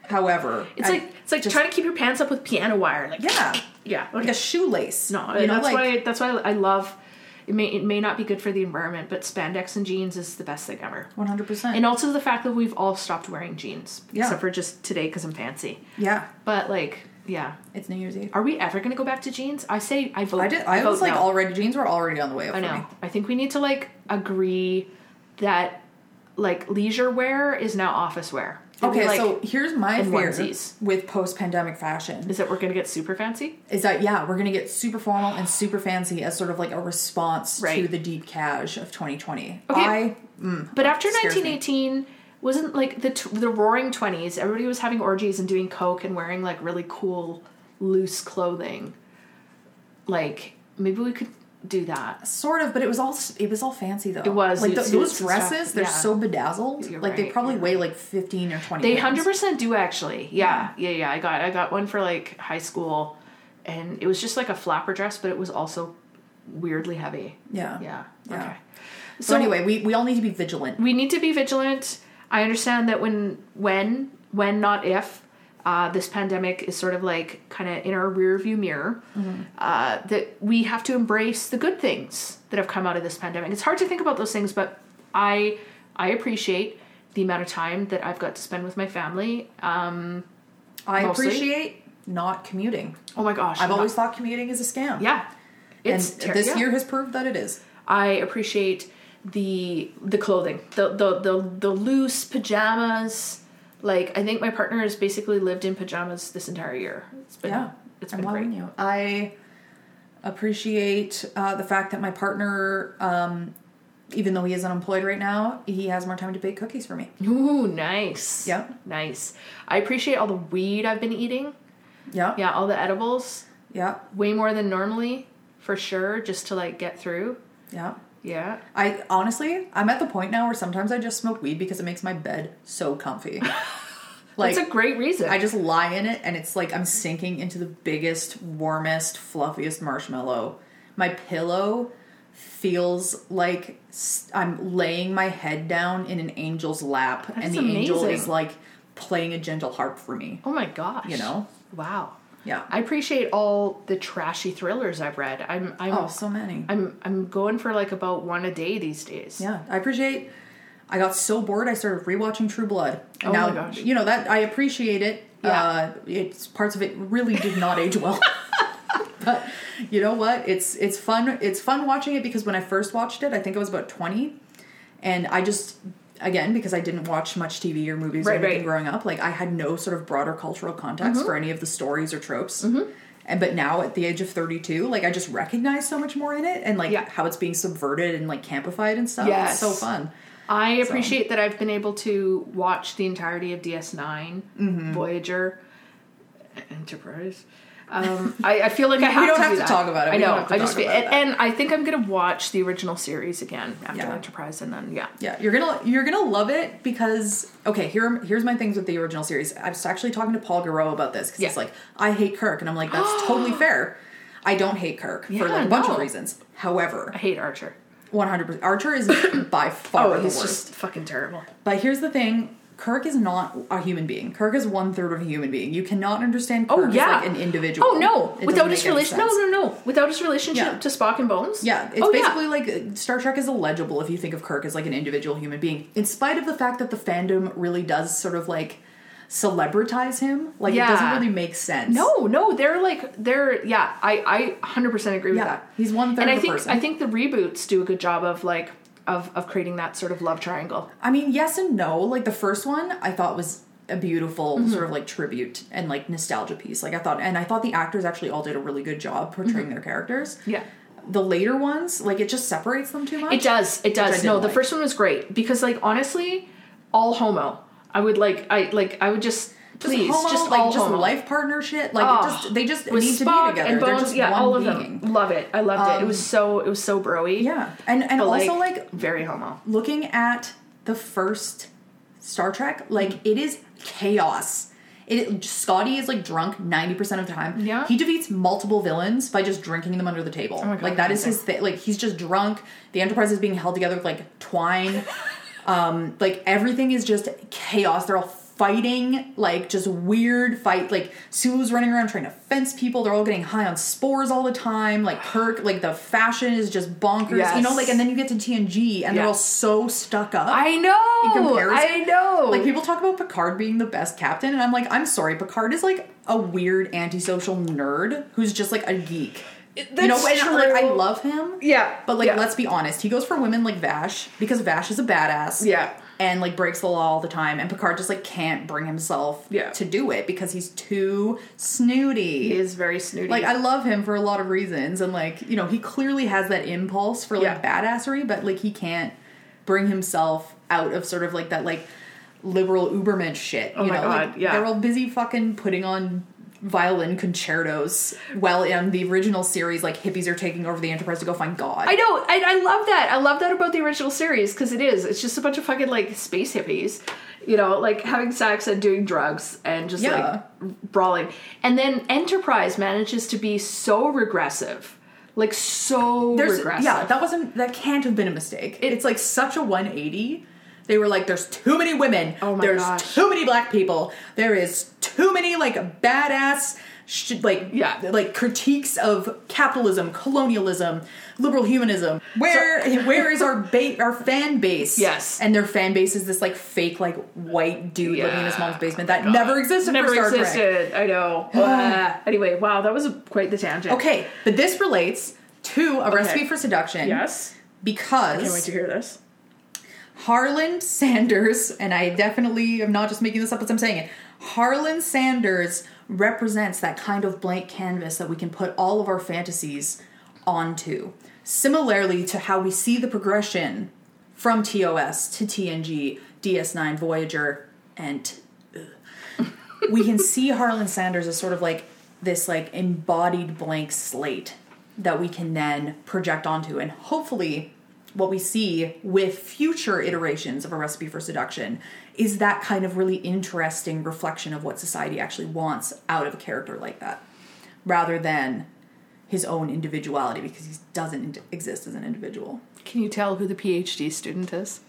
Speaker 1: However,
Speaker 2: it's
Speaker 1: I
Speaker 2: like it's like
Speaker 1: just-
Speaker 2: trying to keep your pants up with piano wire. Like
Speaker 1: yeah,
Speaker 2: yeah.
Speaker 1: like a shoelace.
Speaker 2: no,
Speaker 1: you know,
Speaker 2: that's
Speaker 1: like
Speaker 2: why that's why I love. It may it may not be good for the environment, but spandex and jeans is the best thing ever.
Speaker 1: one hundred
Speaker 2: And
Speaker 1: percent.
Speaker 2: also the fact that we've all stopped wearing jeans,
Speaker 1: Yeah.
Speaker 2: except for just today because I'm fancy.
Speaker 1: Yeah,
Speaker 2: But like, yeah,
Speaker 1: it's New Year's Eve.
Speaker 2: are we ever gonna go back to jeans? I say Oh, I vote.
Speaker 1: I did. I,
Speaker 2: vote
Speaker 1: was like
Speaker 2: no.
Speaker 1: already jeans were already on the way up.
Speaker 2: I
Speaker 1: for
Speaker 2: know.
Speaker 1: me.
Speaker 2: I think we need to like agree that like leisure wear is now office wear. That we,
Speaker 1: Okay,
Speaker 2: like,
Speaker 1: so here's my
Speaker 2: in
Speaker 1: fear
Speaker 2: onesies.
Speaker 1: with post-pandemic fashion
Speaker 2: is that we're gonna get super fancy?
Speaker 1: is that yeah we're gonna get super formal and super fancy as sort of like a response to
Speaker 2: Right.
Speaker 1: the deep cash of 2020.
Speaker 2: Okay.
Speaker 1: I
Speaker 2: But after
Speaker 1: scares me.
Speaker 2: 1918, wasn't like the t- the Roaring Twenties? Everybody was having orgies and doing coke and wearing like really cool loose clothing. Like maybe we could do that.
Speaker 1: sort of, but it was all it was all fancy though. It
Speaker 2: was,
Speaker 1: like
Speaker 2: suit
Speaker 1: th- those
Speaker 2: suits and stuff,
Speaker 1: dresses. They're
Speaker 2: yeah.
Speaker 1: so bedazzled.
Speaker 2: You're
Speaker 1: like they
Speaker 2: right,
Speaker 1: probably
Speaker 2: you're
Speaker 1: weigh like 15 or 20.
Speaker 2: They
Speaker 1: pounds.
Speaker 2: hundred percent do actually. Yeah. yeah, yeah, I got I got one for like high school, and it was just like a flapper dress, but it was also weirdly heavy.
Speaker 1: Yeah.
Speaker 2: Yeah.
Speaker 1: Yeah.
Speaker 2: Okay.
Speaker 1: So, anyway, we, we all need to be vigilant.
Speaker 2: we need to be vigilant. I understand that when when when not if Uh, this pandemic is sort of like kind of in our rearview mirror
Speaker 1: Mm-hmm.
Speaker 2: uh, that we have to embrace the good things that have come out of this pandemic. It's hard to think about those things, but I I appreciate the amount of time that I've got to spend with my family. Um,
Speaker 1: I
Speaker 2: Mostly.
Speaker 1: appreciate not commuting.
Speaker 2: oh my gosh,
Speaker 1: I've always thought commuting is a scam.
Speaker 2: yeah, it's
Speaker 1: and
Speaker 2: ter-
Speaker 1: this
Speaker 2: yeah.
Speaker 1: year has proved that it is.
Speaker 2: I appreciate the the clothing, the the the, the loose pajamas. Like I think my partner has basically lived in pajamas this entire year. It's been
Speaker 1: yeah,
Speaker 2: it's
Speaker 1: I'm
Speaker 2: been great.
Speaker 1: loving you. I appreciate uh, the fact that my partner, um, even though he is unemployed right now, he has more time to bake cookies for me.
Speaker 2: Ooh, nice.
Speaker 1: Yeah.
Speaker 2: nice. I appreciate all the weed I've been eating.
Speaker 1: Yeah,
Speaker 2: Yeah, all the edibles,
Speaker 1: yeah,
Speaker 2: way more than normally, for sure, just to like get through.
Speaker 1: yeah.
Speaker 2: Yeah.
Speaker 1: I honestly, I'm at the point now where sometimes I just smoke weed because it makes my bed so comfy. like
Speaker 2: That's a great reason.
Speaker 1: I just lie in it and it's like I'm sinking into the biggest, warmest, fluffiest marshmallow. My pillow feels like s- I'm laying my head down in an angel's lap and
Speaker 2: is
Speaker 1: the angel
Speaker 2: amazing.
Speaker 1: is like playing a gentle harp for me.
Speaker 2: oh my gosh.
Speaker 1: You know?
Speaker 2: Wow.
Speaker 1: Yeah.
Speaker 2: I appreciate all the trashy thrillers I've read. I'm I'm
Speaker 1: oh, so many.
Speaker 2: I'm I'm going for like about one a day these days.
Speaker 1: yeah, I appreciate I got so bored I started rewatching True Blood. And
Speaker 2: Oh my
Speaker 1: now
Speaker 2: gosh.
Speaker 1: you know that I appreciate it.
Speaker 2: Yeah.
Speaker 1: Uh it's parts of it really did not age well. but you know what? It's it's fun it's fun watching it because when I first watched it, I think I was about 20 and I just again because I didn't watch much TV or movies
Speaker 2: Right,
Speaker 1: or anything
Speaker 2: right. Mm-hmm.
Speaker 1: growing up, like I had no sort of broader cultural context for any of the stories or tropes. And but now at the age of 32, like I just recognize so much more in it and like
Speaker 2: Yeah.
Speaker 1: how it's being subverted and like campified and stuff.
Speaker 2: Yes.
Speaker 1: It's Oh, so fun.
Speaker 2: I appreciate that I've been able to watch the entirety of DS9,
Speaker 1: Mm-hmm.
Speaker 2: Voyager, Enterprise. Um, I, I feel like I have
Speaker 1: don't
Speaker 2: to
Speaker 1: have
Speaker 2: do
Speaker 1: to
Speaker 2: that.
Speaker 1: talk about it.
Speaker 2: I
Speaker 1: We
Speaker 2: know.
Speaker 1: don't have to
Speaker 2: I just
Speaker 1: talk
Speaker 2: feel,
Speaker 1: about
Speaker 2: and,
Speaker 1: that.
Speaker 2: and I think I'm gonna watch the original series again after
Speaker 1: Yeah.
Speaker 2: Enterprise, and then yeah,
Speaker 1: Yeah, you're gonna you're gonna love it because okay, here here's my things with the original series. I was actually talking to Paul Garreau about this because
Speaker 2: Yeah.
Speaker 1: he's like, I hate Kirk, and I'm like, that's totally fair. I don't hate Kirk for
Speaker 2: Yeah,
Speaker 1: like a bunch
Speaker 2: no.
Speaker 1: of reasons. However,
Speaker 2: I hate Archer.
Speaker 1: 100 percent Archer is by far
Speaker 2: Oh,
Speaker 1: the
Speaker 2: he's
Speaker 1: worst.
Speaker 2: just fucking terrible.
Speaker 1: But here's the thing. Kirk is not a human being. Kirk is one third of a human being. You cannot understand Kirk
Speaker 2: Oh yeah,
Speaker 1: as like an individual.
Speaker 2: Oh no,
Speaker 1: It doesn't
Speaker 2: without
Speaker 1: make
Speaker 2: his
Speaker 1: any
Speaker 2: relation, no,
Speaker 1: sense.
Speaker 2: no, no, without his relationship
Speaker 1: Yeah.
Speaker 2: to Spock and Bones.
Speaker 1: Yeah, it's
Speaker 2: Oh,
Speaker 1: basically like uh, Star Trek is illegible if you think of Kirk as like an individual human being, in spite of the fact that the fandom really does sort of like celebritize him. Like it doesn't
Speaker 2: Yeah.
Speaker 1: really make sense.
Speaker 2: No, no, they're like they're yeah. I I hundred percent agree with
Speaker 1: Yeah,
Speaker 2: that.
Speaker 1: he's one-third
Speaker 2: and I
Speaker 1: of a
Speaker 2: think
Speaker 1: person.
Speaker 2: I think the reboots do a good job of like of of creating that sort of love triangle.
Speaker 1: I mean, yes and no. Like the first one, I thought was a beautiful
Speaker 2: Mm-hmm.
Speaker 1: sort of like tribute and like nostalgia piece. Like I thought, and I thought the actors actually all did a really good job portraying their characters.
Speaker 2: Mm-hmm. Yeah.
Speaker 1: The later ones, like it just separates them too much.
Speaker 2: It does. It does.
Speaker 1: didn't
Speaker 2: No, the
Speaker 1: like.
Speaker 2: first one was great because like honestly, all homo. I would like I like I would just
Speaker 1: Just
Speaker 2: please
Speaker 1: homo,
Speaker 2: just,
Speaker 1: like
Speaker 2: all
Speaker 1: just
Speaker 2: homo.
Speaker 1: life partnership. Like
Speaker 2: Oh,
Speaker 1: it just they just
Speaker 2: with
Speaker 1: need
Speaker 2: Spock
Speaker 1: to be together.
Speaker 2: and
Speaker 1: They're
Speaker 2: Bones.
Speaker 1: just
Speaker 2: yeah,
Speaker 1: one
Speaker 2: all of
Speaker 1: being. Um,
Speaker 2: them. Love it. I loved it. It was so it was so broy.
Speaker 1: Yeah, and and
Speaker 2: But
Speaker 1: also
Speaker 2: like,
Speaker 1: like
Speaker 2: very homo.
Speaker 1: looking at the first Star Trek, like it is chaos. It Scotty is like drunk ninety percent of the time.
Speaker 2: Yeah. Oh
Speaker 1: he defeats multiple villains by just drinking them under the table.
Speaker 2: my God,
Speaker 1: like that is
Speaker 2: amazing.
Speaker 1: his thing. Like he's just drunk. The Enterprise is being held together with like twine. um, like everything is just chaos. They're all fighting like just weird fight. Like Sulu's running around trying to fence people. They're all getting high on spores all the time. Like Kirk, like the fashion is just bonkers. You know,
Speaker 2: Yes.
Speaker 1: like and then you get to TNG and they're
Speaker 2: Yeah.
Speaker 1: all so stuck up.
Speaker 2: I know.
Speaker 1: in comparison.
Speaker 2: I know.
Speaker 1: Like people talk about Picard being the best captain, and I'm like, I'm sorry, Picard is like a weird antisocial nerd who's just like a geek. you know, and like I love him.
Speaker 2: Yeah,
Speaker 1: But like
Speaker 2: yeah.
Speaker 1: let's be honest, he goes for women like Vash because Vash is a badass.
Speaker 2: Yeah.
Speaker 1: And like breaks the law all the time, and Picard just like can't bring himself
Speaker 2: Yeah.
Speaker 1: to do it because he's too snooty.
Speaker 2: He is very snooty.
Speaker 1: Like I love him for a lot of reasons, and like you know, he clearly has that impulse for like badassery, but like he can't bring himself out of sort of like that like liberal Ubermensch shit. You
Speaker 2: Oh my
Speaker 1: know,
Speaker 2: God,
Speaker 1: like,
Speaker 2: yeah.
Speaker 1: they're all busy fucking putting on violin concertos. While in the original series, like hippies are taking over the Enterprise to go find God.
Speaker 2: I know. I, I love that. I love that about the original series because it is. It's just a bunch of fucking like space hippies, you know, like having sex and doing drugs and just
Speaker 1: Yeah.
Speaker 2: like brawling. And then Enterprise manages to be so regressive, like so
Speaker 1: There's
Speaker 2: regressive.
Speaker 1: yeah, that wasn't that can't have been a mistake. it's like such a 180 They were like, "There's too many women.
Speaker 2: Oh my
Speaker 1: There's
Speaker 2: gosh.
Speaker 1: too many black people. There is too many like badass." Sh- like
Speaker 2: Yeah.
Speaker 1: like critiques of capitalism, colonialism, liberal humanism. Where where is our ba- our fan base?
Speaker 2: Yes.
Speaker 1: and their fan base is this like fake like white dude living in his
Speaker 2: Yeah. Oh
Speaker 1: mom's basement that never existed.
Speaker 2: Never
Speaker 1: for Star Trek.
Speaker 2: existed. I know. Uh, anyway, wow, that was a, quite the tangent.
Speaker 1: Okay, but this relates to a recipe for seduction.
Speaker 2: Yes.
Speaker 1: because
Speaker 2: Can't wait to hear this.
Speaker 1: Harlan Sanders, and I definitely am not just making this up as I'm saying it, Harlan Sanders represents that kind of blank canvas that we can put all of our fantasies onto. Similarly to how we see the progression from TOS to TNG, DS9, Voyager, and ugh. we can see Harlan Sanders as sort of like this like embodied blank slate that we can then project onto and hopefully what we see with future iterations of a recipe for seduction is that kind of really interesting reflection of what society actually wants out of a character like that rather than his own individuality because he doesn't ind- exist as an individual.
Speaker 2: Can you tell who the PhD student is?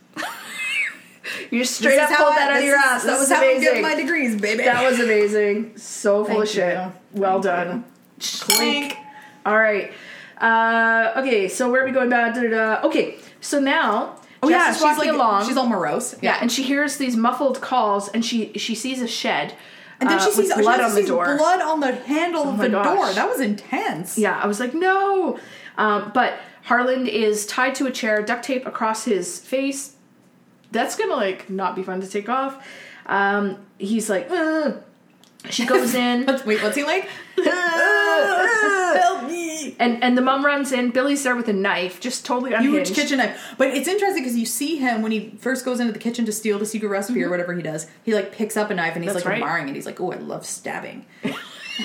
Speaker 2: you just
Speaker 1: This
Speaker 2: straight
Speaker 1: is
Speaker 2: up
Speaker 1: how
Speaker 2: pulled
Speaker 1: I-
Speaker 2: that out of
Speaker 1: this
Speaker 2: your
Speaker 1: is-
Speaker 2: ass. That
Speaker 1: this
Speaker 2: was
Speaker 1: is how I get
Speaker 2: amazing.
Speaker 1: my degrees, baby.
Speaker 2: That was amazing. So full
Speaker 1: Thank
Speaker 2: of shit.
Speaker 1: you.
Speaker 2: Well done. Clink. All right. Uh, okay, so where are we going? Da, da, da, da. Okay, so now.
Speaker 1: Oh yeah, she's
Speaker 2: walking
Speaker 1: like
Speaker 2: along.
Speaker 1: she's all morose.
Speaker 2: yeah, and she hears these muffled calls, and she she sees a shed,
Speaker 1: and then
Speaker 2: uh,
Speaker 1: she
Speaker 2: with
Speaker 1: sees
Speaker 2: blood
Speaker 1: she
Speaker 2: on the
Speaker 1: sees
Speaker 2: door. Oh
Speaker 1: blood on the handle of
Speaker 2: my
Speaker 1: the
Speaker 2: gosh.
Speaker 1: door. That was intense.
Speaker 2: Yeah, I was like, no. Um, but Harland is tied to a chair, duct tape across his face. That's gonna like not be fun to take off. Um, he's like, Ugh. she goes in,
Speaker 1: Let's- Wait, what's he like?
Speaker 2: Ugh.
Speaker 1: Help me.
Speaker 2: and and the mum runs in. Billy's there with a knife, just totally unhinged.
Speaker 1: Huge kitchen knife. But it's interesting because you see him when he first goes into the kitchen to steal the secret recipe or whatever he does. He like picks up a knife and he's
Speaker 2: Mm-hmm. That's
Speaker 1: like
Speaker 2: right.
Speaker 1: admiring it. He's like, "Oh, I love stabbing."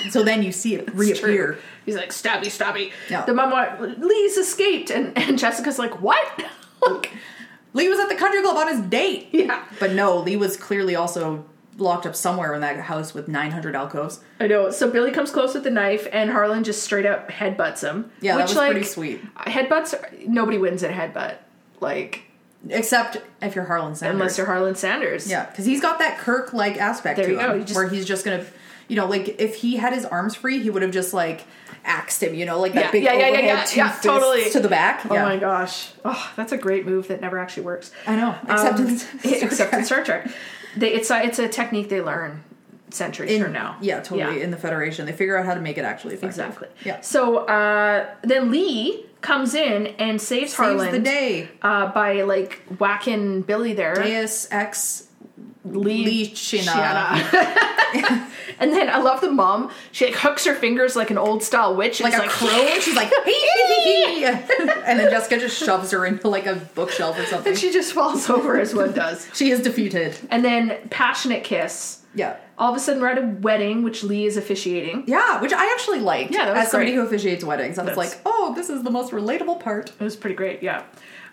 Speaker 1: so then you see it
Speaker 2: It's true.
Speaker 1: reappear.
Speaker 2: He's like, stabby, stabby.
Speaker 1: Yeah.
Speaker 2: The mum, wa- Lee's escaped, and and Jessica's like, what? like,
Speaker 1: Lee was at the country club on his date.
Speaker 2: yeah.
Speaker 1: But no, Lee was clearly also locked up somewhere in that house with 900 alcoves.
Speaker 2: I know. So Billy comes close with the knife, and Harlan just straight up headbutts him.
Speaker 1: Yeah, that was pretty sweet.
Speaker 2: Headbutts. are- Nobody wins at headbutt, like
Speaker 1: Except if you're Harlan Sanders.
Speaker 2: unless you're Harlan Sanders.
Speaker 1: Yeah, because he's got that Kirk like aspect
Speaker 2: There
Speaker 1: to
Speaker 2: you
Speaker 1: him,
Speaker 2: go, you just-
Speaker 1: where he's just gonna, you know, like if he had his arms free, he would have just like axed him, you know, like that
Speaker 2: Yeah,
Speaker 1: big
Speaker 2: yeah, yeah, yeah,
Speaker 1: overhead
Speaker 2: yeah,
Speaker 1: two
Speaker 2: yeah,
Speaker 1: fists
Speaker 2: totally.
Speaker 1: to the back.
Speaker 2: Oh
Speaker 1: yeah.
Speaker 2: my gosh. Oh, that's a great move that never actually works.
Speaker 1: I know, except
Speaker 2: Um,
Speaker 1: in
Speaker 2: except in Star Trek, they, it's a, it's a technique they learn centuries
Speaker 1: in,
Speaker 2: from now.
Speaker 1: Yeah, totally. In the Federation, they figure out how to make it actually effective.
Speaker 2: Exactly.
Speaker 1: Yeah.
Speaker 2: So uh, then Lee comes in and saves, Harlan
Speaker 1: Saves the day.
Speaker 2: uh, by like whacking Billy there.
Speaker 1: Deus ex
Speaker 2: Lee,
Speaker 1: Lichina.
Speaker 2: and then I love the mom. She like hooks her fingers like an old style witch.
Speaker 1: Like
Speaker 2: and
Speaker 1: a
Speaker 2: is
Speaker 1: crow, and she's like, hee hee hee, hee. and then Jessica just shoves her into like a bookshelf or something.
Speaker 2: and she just falls over as one does.
Speaker 1: she is defeated.
Speaker 2: And then passionate kiss.
Speaker 1: Yeah.
Speaker 2: All of a sudden, we're at a wedding, which Lee is officiating.
Speaker 1: Yeah, which I actually liked.
Speaker 2: Yeah, that was
Speaker 1: as somebody
Speaker 2: great.
Speaker 1: who officiates weddings, I was
Speaker 2: That's-
Speaker 1: like, oh, this is the most relatable part.
Speaker 2: It was pretty great, yeah.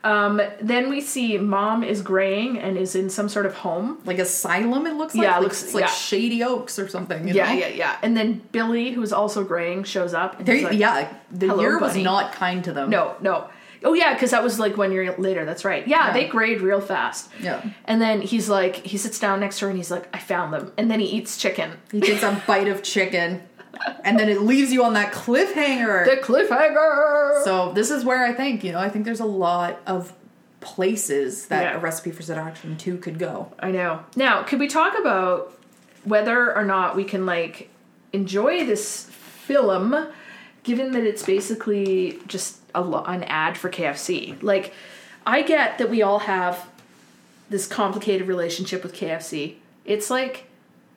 Speaker 2: Um, then we see mom is graying and is in some sort of home.
Speaker 1: Like asylum, it looks like.
Speaker 2: Yeah, it
Speaker 1: like,
Speaker 2: looks-
Speaker 1: it's like
Speaker 2: yeah.
Speaker 1: Shady Oaks or something. You
Speaker 2: Yeah,
Speaker 1: know?
Speaker 2: yeah, yeah. And then Billy, who's also graying, shows up. And
Speaker 1: There,
Speaker 2: he's like,
Speaker 1: yeah, the
Speaker 2: "Hello,
Speaker 1: year was
Speaker 2: bunny."
Speaker 1: not kind to them.
Speaker 2: No, no. Oh yeah, because that was like one year later. That's right. Yeah,
Speaker 1: Yeah.
Speaker 2: they grade real fast.
Speaker 1: Yeah.
Speaker 2: And then he's like, he sits down next to her and he's like, I found them. And then he eats chicken.
Speaker 1: he takes a bite of chicken, and then it leaves you on that cliffhanger.
Speaker 2: The cliffhanger.
Speaker 1: so this is where I think you know I think there's a lot of places that
Speaker 2: Yeah.
Speaker 1: a recipe for seduction two could go.
Speaker 2: I know. Now, could we talk about whether or not we can like enjoy this film, given that it's basically just a, lo- an ad for KFC? Like, I get that we all have this complicated relationship with KFC. It's like,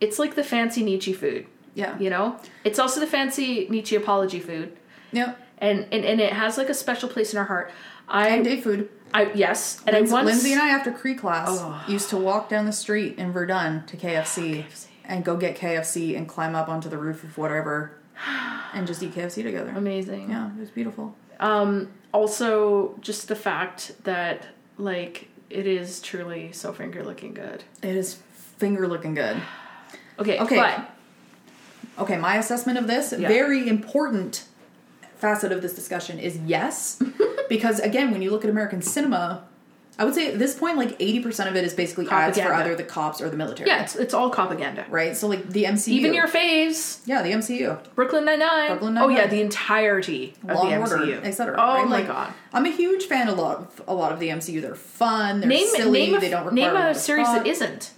Speaker 2: it's like the fancy Nietzsche food.
Speaker 1: Yeah,
Speaker 2: You know, it's also the fancy Nietzsche apology food,
Speaker 1: yeah,
Speaker 2: and and, and it has like a special place in our heart. I,
Speaker 1: and day food.
Speaker 2: I yes, and
Speaker 1: Lindsay,
Speaker 2: I once
Speaker 1: Lindsay and I, after Cree class,
Speaker 2: Oh.
Speaker 1: used to walk down the street in Verdun to KFC,
Speaker 2: KFC.
Speaker 1: and go get KFC and climb up onto the roof of whatever and just eat KFC together.
Speaker 2: amazing.
Speaker 1: yeah, it was beautiful.
Speaker 2: Um, also, just the fact that like it is truly so finger looking good.
Speaker 1: It is finger looking good.
Speaker 2: Okay,
Speaker 1: Okay.
Speaker 2: okay, but
Speaker 1: Okay, my assessment of this
Speaker 2: Yeah.
Speaker 1: very important facet of this discussion is yes, because again, when you look at American cinema, I would say at this point, like eighty percent of it is basically ads for
Speaker 2: Propaganda.
Speaker 1: either the cops or the military.
Speaker 2: Yeah, it's, it's all propaganda.
Speaker 1: Right. So like the MCU.
Speaker 2: Even your faves,
Speaker 1: yeah, the MCU.
Speaker 2: Brooklyn Nine Nine.
Speaker 1: Brooklyn
Speaker 2: Oh yeah,
Speaker 1: Nine-Nine.
Speaker 2: the entirety of
Speaker 1: Law
Speaker 2: the
Speaker 1: and
Speaker 2: MCU,
Speaker 1: Order, etc.
Speaker 2: Oh
Speaker 1: right?
Speaker 2: my
Speaker 1: Like,
Speaker 2: god.
Speaker 1: I'm a huge fan of a lot of a lot of the MCU. They're fun. They're
Speaker 2: Name
Speaker 1: silly.
Speaker 2: name a,
Speaker 1: they don't require
Speaker 2: name
Speaker 1: lot
Speaker 2: a
Speaker 1: of
Speaker 2: series
Speaker 1: thought.
Speaker 2: that isn't.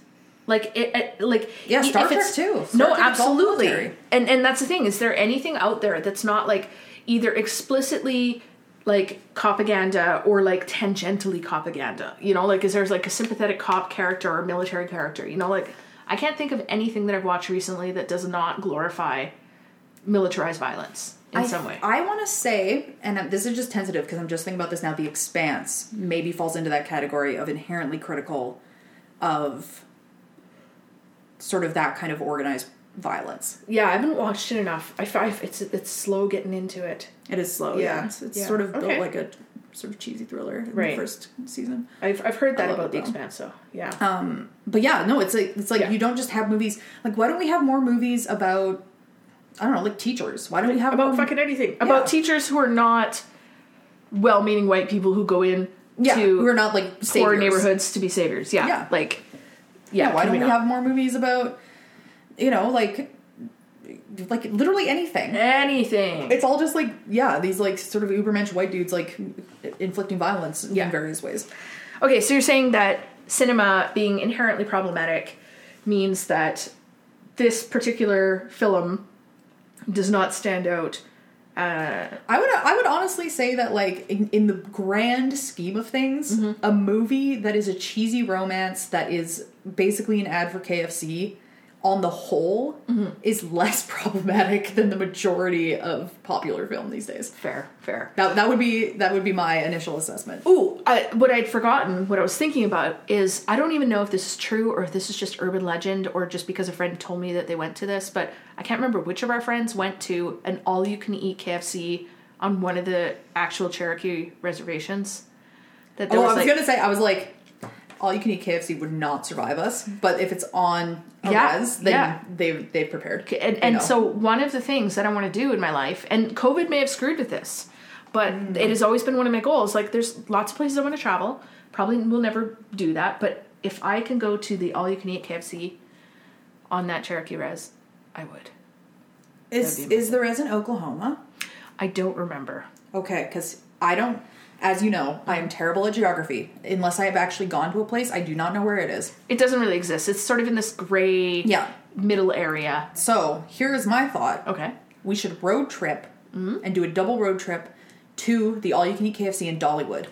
Speaker 2: Like it, it like
Speaker 1: Yeah,
Speaker 2: i-
Speaker 1: Star
Speaker 2: if
Speaker 1: Trek
Speaker 2: it's,
Speaker 1: too. Star
Speaker 2: no,
Speaker 1: Trek is all
Speaker 2: absolutely.
Speaker 1: military.
Speaker 2: And and that's the thing is there anything out there that's not like either explicitly like propaganda or like tangentially propaganda. You know, like is there's like a sympathetic cop character or military character, you know, like I can't think of anything that I've watched recently that does not glorify militarized violence in
Speaker 1: I,
Speaker 2: some way.
Speaker 1: I want to say, and I'm- this is just tentative because I'm just thinking about this now. The Expanse maybe falls into that category of inherently critical of sort of that kind of organized violence.
Speaker 2: yeah, I haven't watched it enough. I, I it's it's slow getting into it.
Speaker 1: It is slow.
Speaker 2: Yeah,
Speaker 1: Yeah, it's, it's
Speaker 2: yeah.
Speaker 1: sort of built
Speaker 2: Okay.
Speaker 1: like a sort of cheesy thriller in
Speaker 2: Right.
Speaker 1: the first season.
Speaker 2: I've I've heard that
Speaker 1: love
Speaker 2: about
Speaker 1: it
Speaker 2: the
Speaker 1: though.
Speaker 2: expanse though. Yeah.
Speaker 1: Um, but yeah, no, it's like it's like
Speaker 2: Yeah.
Speaker 1: you don't just have movies. Like, why don't we have more movies about I don't know, like teachers? Why don't we have
Speaker 2: about
Speaker 1: more-
Speaker 2: fucking anything. About teachers who are not well-meaning white people who go in
Speaker 1: yeah?
Speaker 2: to
Speaker 1: we're not like
Speaker 2: poor
Speaker 1: saviors.
Speaker 2: neighborhoods to be saviors. Yeah,
Speaker 1: Yeah.
Speaker 2: like
Speaker 1: Yeah,
Speaker 2: yeah.
Speaker 1: why
Speaker 2: can
Speaker 1: don't we
Speaker 2: not?
Speaker 1: have more movies about you know like like literally anything?
Speaker 2: anything?
Speaker 1: It's all just like yeah, these like sort of ubermensch white dudes like inflicting violence
Speaker 2: Yeah.
Speaker 1: in various ways.
Speaker 2: Okay, so you're saying that cinema being inherently problematic means that this particular film does not stand out.
Speaker 1: I would I would honestly say that like in, in the grand scheme of things, a movie that is a cheesy romance that is basically an ad for KFC on the whole is less problematic than the majority of popular film these days.
Speaker 2: Fair, fair.
Speaker 1: That that would be that would be my initial assessment.
Speaker 2: Ooh, I, what I'd forgotten, what I was thinking about is I don't even know if this is true or if this is just urban legend or just because a friend told me that they went to this, but I can't remember which of our friends went to an all you can eat KFC on one of the actual Cherokee reservations. That there
Speaker 1: Oh, I
Speaker 2: was
Speaker 1: was
Speaker 2: like,
Speaker 1: gonna say I was like, all you can eat KFC would not survive us, but if it's on a
Speaker 2: Yeah,
Speaker 1: res, then
Speaker 2: yeah.
Speaker 1: they've they've prepared.
Speaker 2: and,
Speaker 1: you
Speaker 2: and
Speaker 1: know.
Speaker 2: so one of the things that I want to do in my life, and COVID may have screwed with this, but
Speaker 1: Mm-hmm.
Speaker 2: it has always been one of my goals. Like, there's lots of places I want to travel. Probably will never do that, but if I can go to the all you can eat KFC on that Cherokee res, I would.
Speaker 1: is is the res in Oklahoma?
Speaker 2: I don't remember.
Speaker 1: Okay, because I don't, as you know, I am terrible at geography. Unless I have actually gone to a place, I do not know where it is.
Speaker 2: It doesn't really exist. It's sort of in this gray
Speaker 1: Yeah.
Speaker 2: middle area.
Speaker 1: So here's my thought
Speaker 2: Okay.
Speaker 1: we should road trip
Speaker 2: Mm-hmm.
Speaker 1: and do a double road trip to the all you can eat KFC in Dollywood.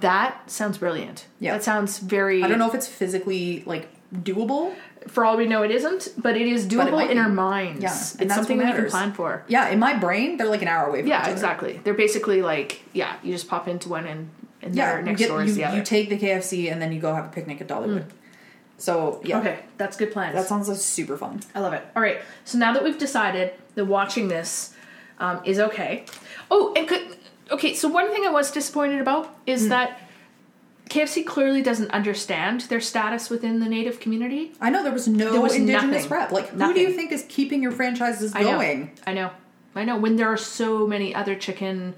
Speaker 2: That sounds brilliant.
Speaker 1: Yeah.
Speaker 2: That sounds very
Speaker 1: I don't know if it's physically like doable.
Speaker 2: for all we know it isn't, but it is
Speaker 1: But it
Speaker 2: doable
Speaker 1: might
Speaker 2: in our
Speaker 1: be.
Speaker 2: minds.
Speaker 1: Yeah, and
Speaker 2: it's
Speaker 1: that's
Speaker 2: something
Speaker 1: what
Speaker 2: that we can
Speaker 1: matters.
Speaker 2: plan for.
Speaker 1: Yeah, in my brain, they're like an hour away from each
Speaker 2: Yeah,
Speaker 1: other.
Speaker 2: exactly. They're basically like, yeah, you just pop into one and, and
Speaker 1: Yeah,
Speaker 2: they're
Speaker 1: you
Speaker 2: next
Speaker 1: get-
Speaker 2: door is
Speaker 1: you,
Speaker 2: the other.
Speaker 1: you take the KFC and then you go have a picnic at Dollywood. So yeah,
Speaker 2: okay, that's good plans.
Speaker 1: that sounds like super fun.
Speaker 2: I love it. All right, so now that we've decided that watching this um, is okay. Oh, and could, okay, so one thing I was disappointed about is that KFC clearly doesn't understand their status within the native community.
Speaker 1: I know there was no
Speaker 2: There was
Speaker 1: indigenous
Speaker 2: nothing.
Speaker 1: rep. Like, who do
Speaker 2: Nothing.
Speaker 1: you think is keeping your franchises
Speaker 2: I know.
Speaker 1: going?
Speaker 2: I know. I know. When there are so many other chicken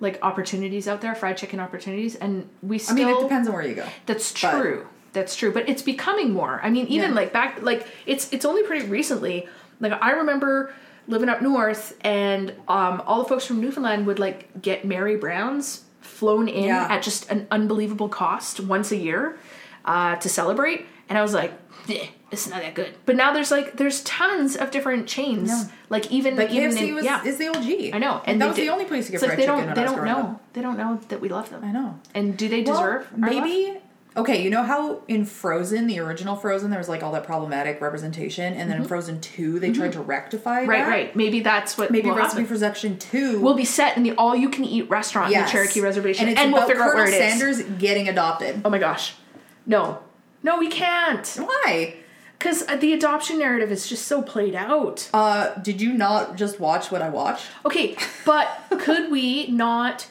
Speaker 2: like opportunities out there, fried chicken opportunities, and we
Speaker 1: I
Speaker 2: still
Speaker 1: mean, it depends on where you go.
Speaker 2: That's
Speaker 1: But-
Speaker 2: true. That's true. But it's becoming more. I mean, even
Speaker 1: Yeah.
Speaker 2: like back like it's it's only pretty recently. Like I remember living up north and um all the folks from Newfoundland would like get Mary Brown's flown in
Speaker 1: Yeah.
Speaker 2: at just an unbelievable cost once a year uh to celebrate. And I was like, "Eh, it's not that good. But now there's like there's tons of different chains.
Speaker 1: Yeah.
Speaker 2: Like even
Speaker 1: But
Speaker 2: even
Speaker 1: KFC
Speaker 2: in-
Speaker 1: was,
Speaker 2: yeah.
Speaker 1: is the OG.
Speaker 2: I know,
Speaker 1: and
Speaker 2: they
Speaker 1: that was
Speaker 2: did-
Speaker 1: the only place you get
Speaker 2: it's like
Speaker 1: fried
Speaker 2: they
Speaker 1: chicken.
Speaker 2: don't
Speaker 1: when
Speaker 2: they
Speaker 1: I was
Speaker 2: don't
Speaker 1: growing
Speaker 2: know
Speaker 1: up.
Speaker 2: they don't know that we love them.
Speaker 1: I know.
Speaker 2: And do they
Speaker 1: Well,
Speaker 2: deserve our love?
Speaker 1: maybe. Okay, you know how in Frozen, the original Frozen, there was like all that problematic representation, and then in Frozen Two, they tried to rectify.
Speaker 2: Mm-hmm. Right,
Speaker 1: that?
Speaker 2: right. Maybe that's what
Speaker 1: Maybe
Speaker 2: will
Speaker 1: Recipe
Speaker 2: happen.
Speaker 1: for Section Two
Speaker 2: will be set in the all-you-can-eat restaurant in
Speaker 1: yes.
Speaker 2: the Cherokee Reservation,
Speaker 1: and,
Speaker 2: and,
Speaker 1: it's
Speaker 2: we'll
Speaker 1: about
Speaker 2: figure out
Speaker 1: Colonel
Speaker 2: where it is.
Speaker 1: Sanders getting adopted.
Speaker 2: Oh my gosh, no, no, we can't,
Speaker 1: Why?
Speaker 2: because the adoption narrative is just so played out.
Speaker 1: Uh, did you not just watch what I watched?
Speaker 2: Okay, but could we not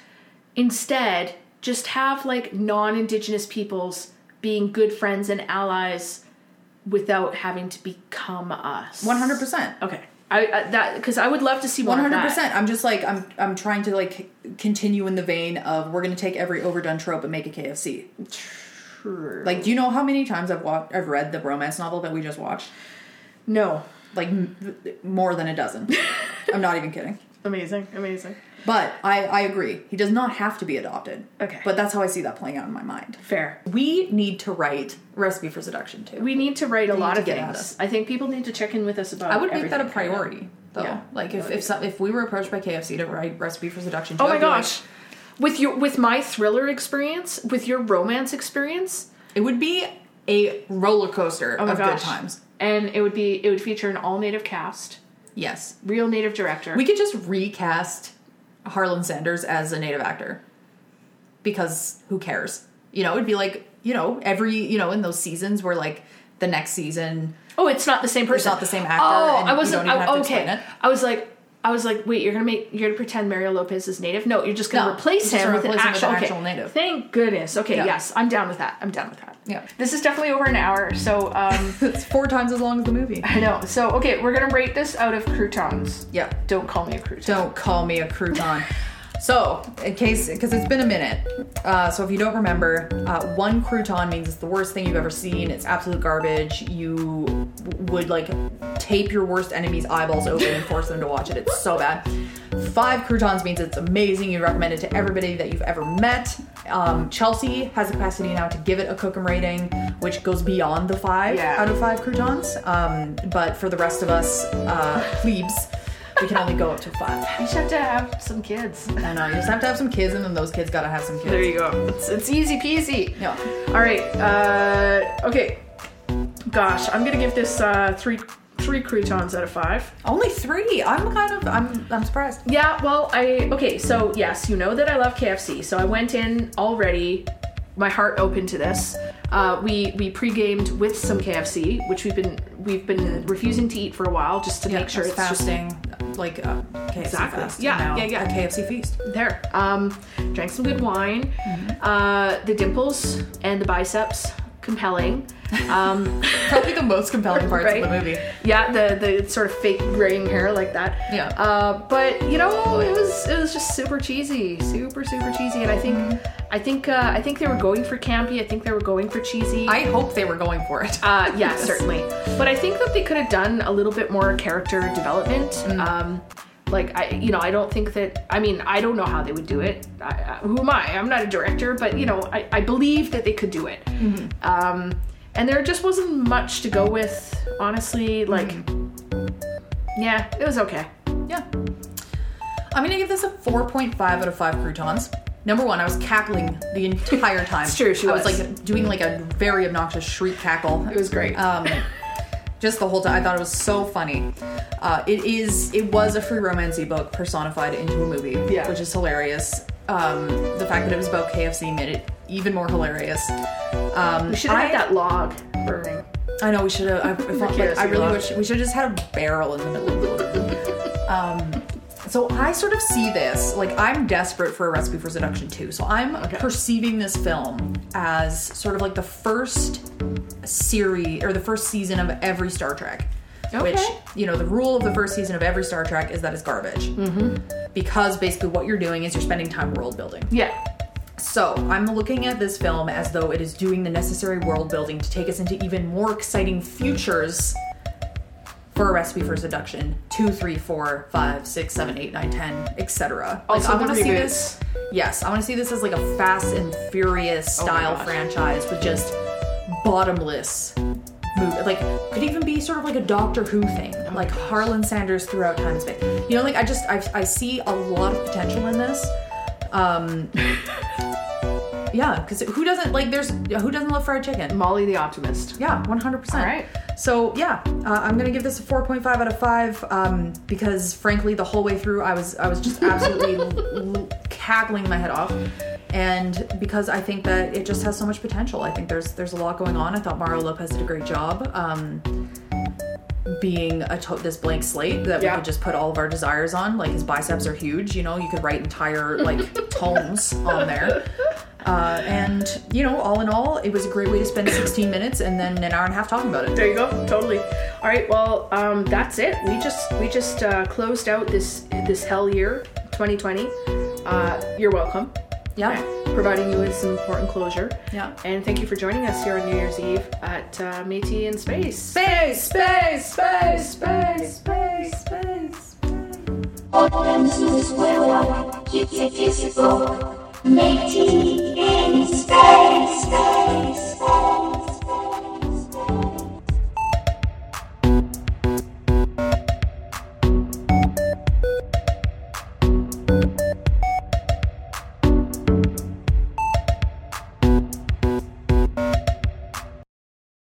Speaker 2: instead just have like non-indigenous peoples being good friends and allies without having to become us?
Speaker 1: One hundred percent.
Speaker 2: Okay, I, I that because I would love to see
Speaker 1: One
Speaker 2: one
Speaker 1: hundred percent. I'm just like I'm. I'm trying to like c- continue in the vein of we're going to take every overdone trope and make a KFC.
Speaker 2: True.
Speaker 1: Like, do you know how many times I've watched, I've read the romance novel that we just watched?
Speaker 2: no.
Speaker 1: Like m- more than a dozen. I'm not even kidding.
Speaker 2: Amazing. Amazing.
Speaker 1: But I, I agree. He does not have to be adopted.
Speaker 2: Okay.
Speaker 1: But that's how I see that playing out in my mind.
Speaker 2: Fair.
Speaker 1: We need to write Recipe for Seduction too.
Speaker 2: We need to write a lot
Speaker 1: to
Speaker 2: of
Speaker 1: get at
Speaker 2: things.
Speaker 1: us.
Speaker 2: I think people need to check in with us about.
Speaker 1: I would make that a
Speaker 2: everything.
Speaker 1: priority though.
Speaker 2: Yeah.
Speaker 1: Like if if, some, if we were approached by KFC to write Recipe for Seduction 2,
Speaker 2: Oh
Speaker 1: I'd
Speaker 2: my
Speaker 1: be like,
Speaker 2: gosh. With your with my thriller experience, with your romance experience,
Speaker 1: it would be a roller coaster
Speaker 2: oh my
Speaker 1: of
Speaker 2: gosh.
Speaker 1: good times.
Speaker 2: And it would be it would feature an all native cast,
Speaker 1: Yes.
Speaker 2: real native director.
Speaker 1: We could just recast Harlan Sanders as a native actor. Because who cares? You know, it'd be like, you know, every, you know, in those seasons where like the next season
Speaker 2: oh, it's not the same person.
Speaker 1: not the same actor,
Speaker 2: Oh,
Speaker 1: and
Speaker 2: I
Speaker 1: you
Speaker 2: wasn't
Speaker 1: don't even
Speaker 2: I-
Speaker 1: have to
Speaker 2: okay.
Speaker 1: explain it.
Speaker 2: I was like I was like, wait, you're gonna make you're gonna pretend Mario Lopez is native? No, you're just gonna
Speaker 1: No, you're
Speaker 2: replace
Speaker 1: just
Speaker 2: him
Speaker 1: gonna
Speaker 2: with an
Speaker 1: replace him with
Speaker 2: actual,
Speaker 1: an
Speaker 2: okay.
Speaker 1: actual native.
Speaker 2: Thank goodness. Okay,
Speaker 1: Yeah.
Speaker 2: yes, I'm down with that. I'm down with that.
Speaker 1: Yeah.
Speaker 2: This is definitely over an hour, so um
Speaker 1: It's four times as long as the movie.
Speaker 2: I know. So okay, we're gonna rate this out of croutons.
Speaker 1: Yeah.
Speaker 2: Don't call me a crouton.
Speaker 1: Don't call me a crouton. so, in case, because it's been a minute, uh, so if you don't remember, uh, one crouton means it's the worst thing you've ever seen. It's absolute garbage. You w- would like tape your worst enemy's eyeballs open and force them to watch it. It's so bad. Five croutons means it's amazing. You recommend it to everybody that you've ever met. Um, Chelsea has the capacity now to give it a Cookham rating, which goes beyond the five
Speaker 2: Yeah.
Speaker 1: out of five croutons. Um, but for the rest of us, uh, plebes, we can only go up to five.
Speaker 2: You just have to have some kids.
Speaker 1: I know. You just have to have some kids, and then those kids gotta have some kids.
Speaker 2: There you go. It's, it's easy peasy.
Speaker 1: Yeah.
Speaker 2: All right. Uh, okay. Gosh, I'm gonna give this uh, three three croutons out of five.
Speaker 1: Only three. I'm kind of. I'm. I'm surprised.
Speaker 2: Yeah. Well, I okay. So yes, you know that I love KFC. So I went in already, my heart open to this. Uh, we we pre-gamed with some KFC, which we've been we've been refusing to eat for a while, just to make sure
Speaker 1: it's
Speaker 2: it's just
Speaker 1: fasting, like uh, KFC
Speaker 2: Exactly.
Speaker 1: fast.
Speaker 2: Yeah,
Speaker 1: and now
Speaker 2: yeah, yeah.
Speaker 1: A KFC feast.
Speaker 2: there. Um, drank some good wine.
Speaker 1: Mm-hmm.
Speaker 2: Uh, the dimples and the biceps, compelling. Um,
Speaker 1: Probably the most compelling parts
Speaker 2: Right?
Speaker 1: of the movie.
Speaker 2: Yeah, the the sort of fake graying hair like that.
Speaker 1: Yeah.
Speaker 2: Uh, but you know, it was it was just super cheesy, super super cheesy, and I think
Speaker 1: Mm-hmm.
Speaker 2: I think uh, I think they were going for campy. I think they were going for cheesy.
Speaker 1: I hope they were going for it.
Speaker 2: Uh, yeah, certainly. But I think that they could have done a little bit more character development. Um, like I, you know, I don't think that. I mean, I don't know how they would do it. I, I, who am I? I'm not a director, but you know, I, I believe that they could do it. Um, and there just wasn't much to go with, honestly. Like, yeah, it was okay.
Speaker 1: Yeah. I'm gonna give this a 4.5 out of 5 croutons. Number one, I was cackling the entire time.
Speaker 2: It's true, she
Speaker 1: I
Speaker 2: was.
Speaker 1: like doing like a very obnoxious shriek cackle.
Speaker 2: It was great.
Speaker 1: Um, just the whole time, I thought it was so funny. Uh, it is, it was a free romance ebook personified into a movie,
Speaker 2: Yeah.
Speaker 1: which is hilarious. Um, the fact that it was about KFC made it even more hilarious. Um,
Speaker 2: we should have
Speaker 1: I-
Speaker 2: had that log burning.
Speaker 1: I know we should have. I, I felt like I
Speaker 2: KFC
Speaker 1: really
Speaker 2: lot.
Speaker 1: wish we should have just had a barrel in the middle of the living room. Um, so I sort of see this like I'm desperate for a recipe for seduction too. So I'm
Speaker 2: Okay.
Speaker 1: perceiving this film as sort of like the first series or the first season of every Star Trek. Which
Speaker 2: Okay.
Speaker 1: you know the rule of the first season of every Star Trek is that it's garbage
Speaker 2: Mm-hmm.
Speaker 1: because basically what you're doing is you're spending time world building.
Speaker 2: Yeah.
Speaker 1: So, I'm looking at this film as though it is doing the necessary world building to take us into even more exciting futures for a recipe for seduction 2, 3, 4, 5, 6, 7, 8, 9, 10, etc. Like,
Speaker 2: Also
Speaker 1: I
Speaker 2: the
Speaker 1: want to see
Speaker 2: reboots.
Speaker 1: this. Yes, I want to see this as like a fast and furious
Speaker 2: Oh my
Speaker 1: style
Speaker 2: gosh.
Speaker 1: franchise with just bottomless movie. Like, could even be sort of like a Doctor Who thing, like Harlan Sanders throughout time and space. You know, like I just I, I see a lot of potential in this. Um, yeah, because who doesn't like? There's who doesn't love fried chicken?
Speaker 2: Molly the Optimist.
Speaker 1: Yeah, one hundred percent.
Speaker 2: All right.
Speaker 1: So yeah, uh, I'm gonna give this a four point five out of five um, because frankly, the whole way through, I was I was just absolutely l- l- cackling my head off, and because I think that it just has so much potential. I think there's there's a lot going on. I thought Mario Lopez did a great job. Um, being a to- this blank slate that
Speaker 2: Yeah.
Speaker 1: we could just put all of our desires on, like his biceps are huge. You know, you could write entire like tomes on there. Uh, and you know, all in all, it was a great way to spend 16 minutes and then an hour and a half talking about it.
Speaker 2: There you go. Totally. All right. Well, um, that's it. We just we just uh, closed out this this hell year, 2020. Uh, you're welcome.
Speaker 1: Yeah.
Speaker 2: Right. providing you with some important closure.
Speaker 1: Yeah.
Speaker 2: And thank you for joining us here on New Year's Eve at uh, Métis in Space.
Speaker 1: Space, space, space, space, space, space.
Speaker 3: Potem zmysłeła, kiedy ty zbok, Matey in space, space, space.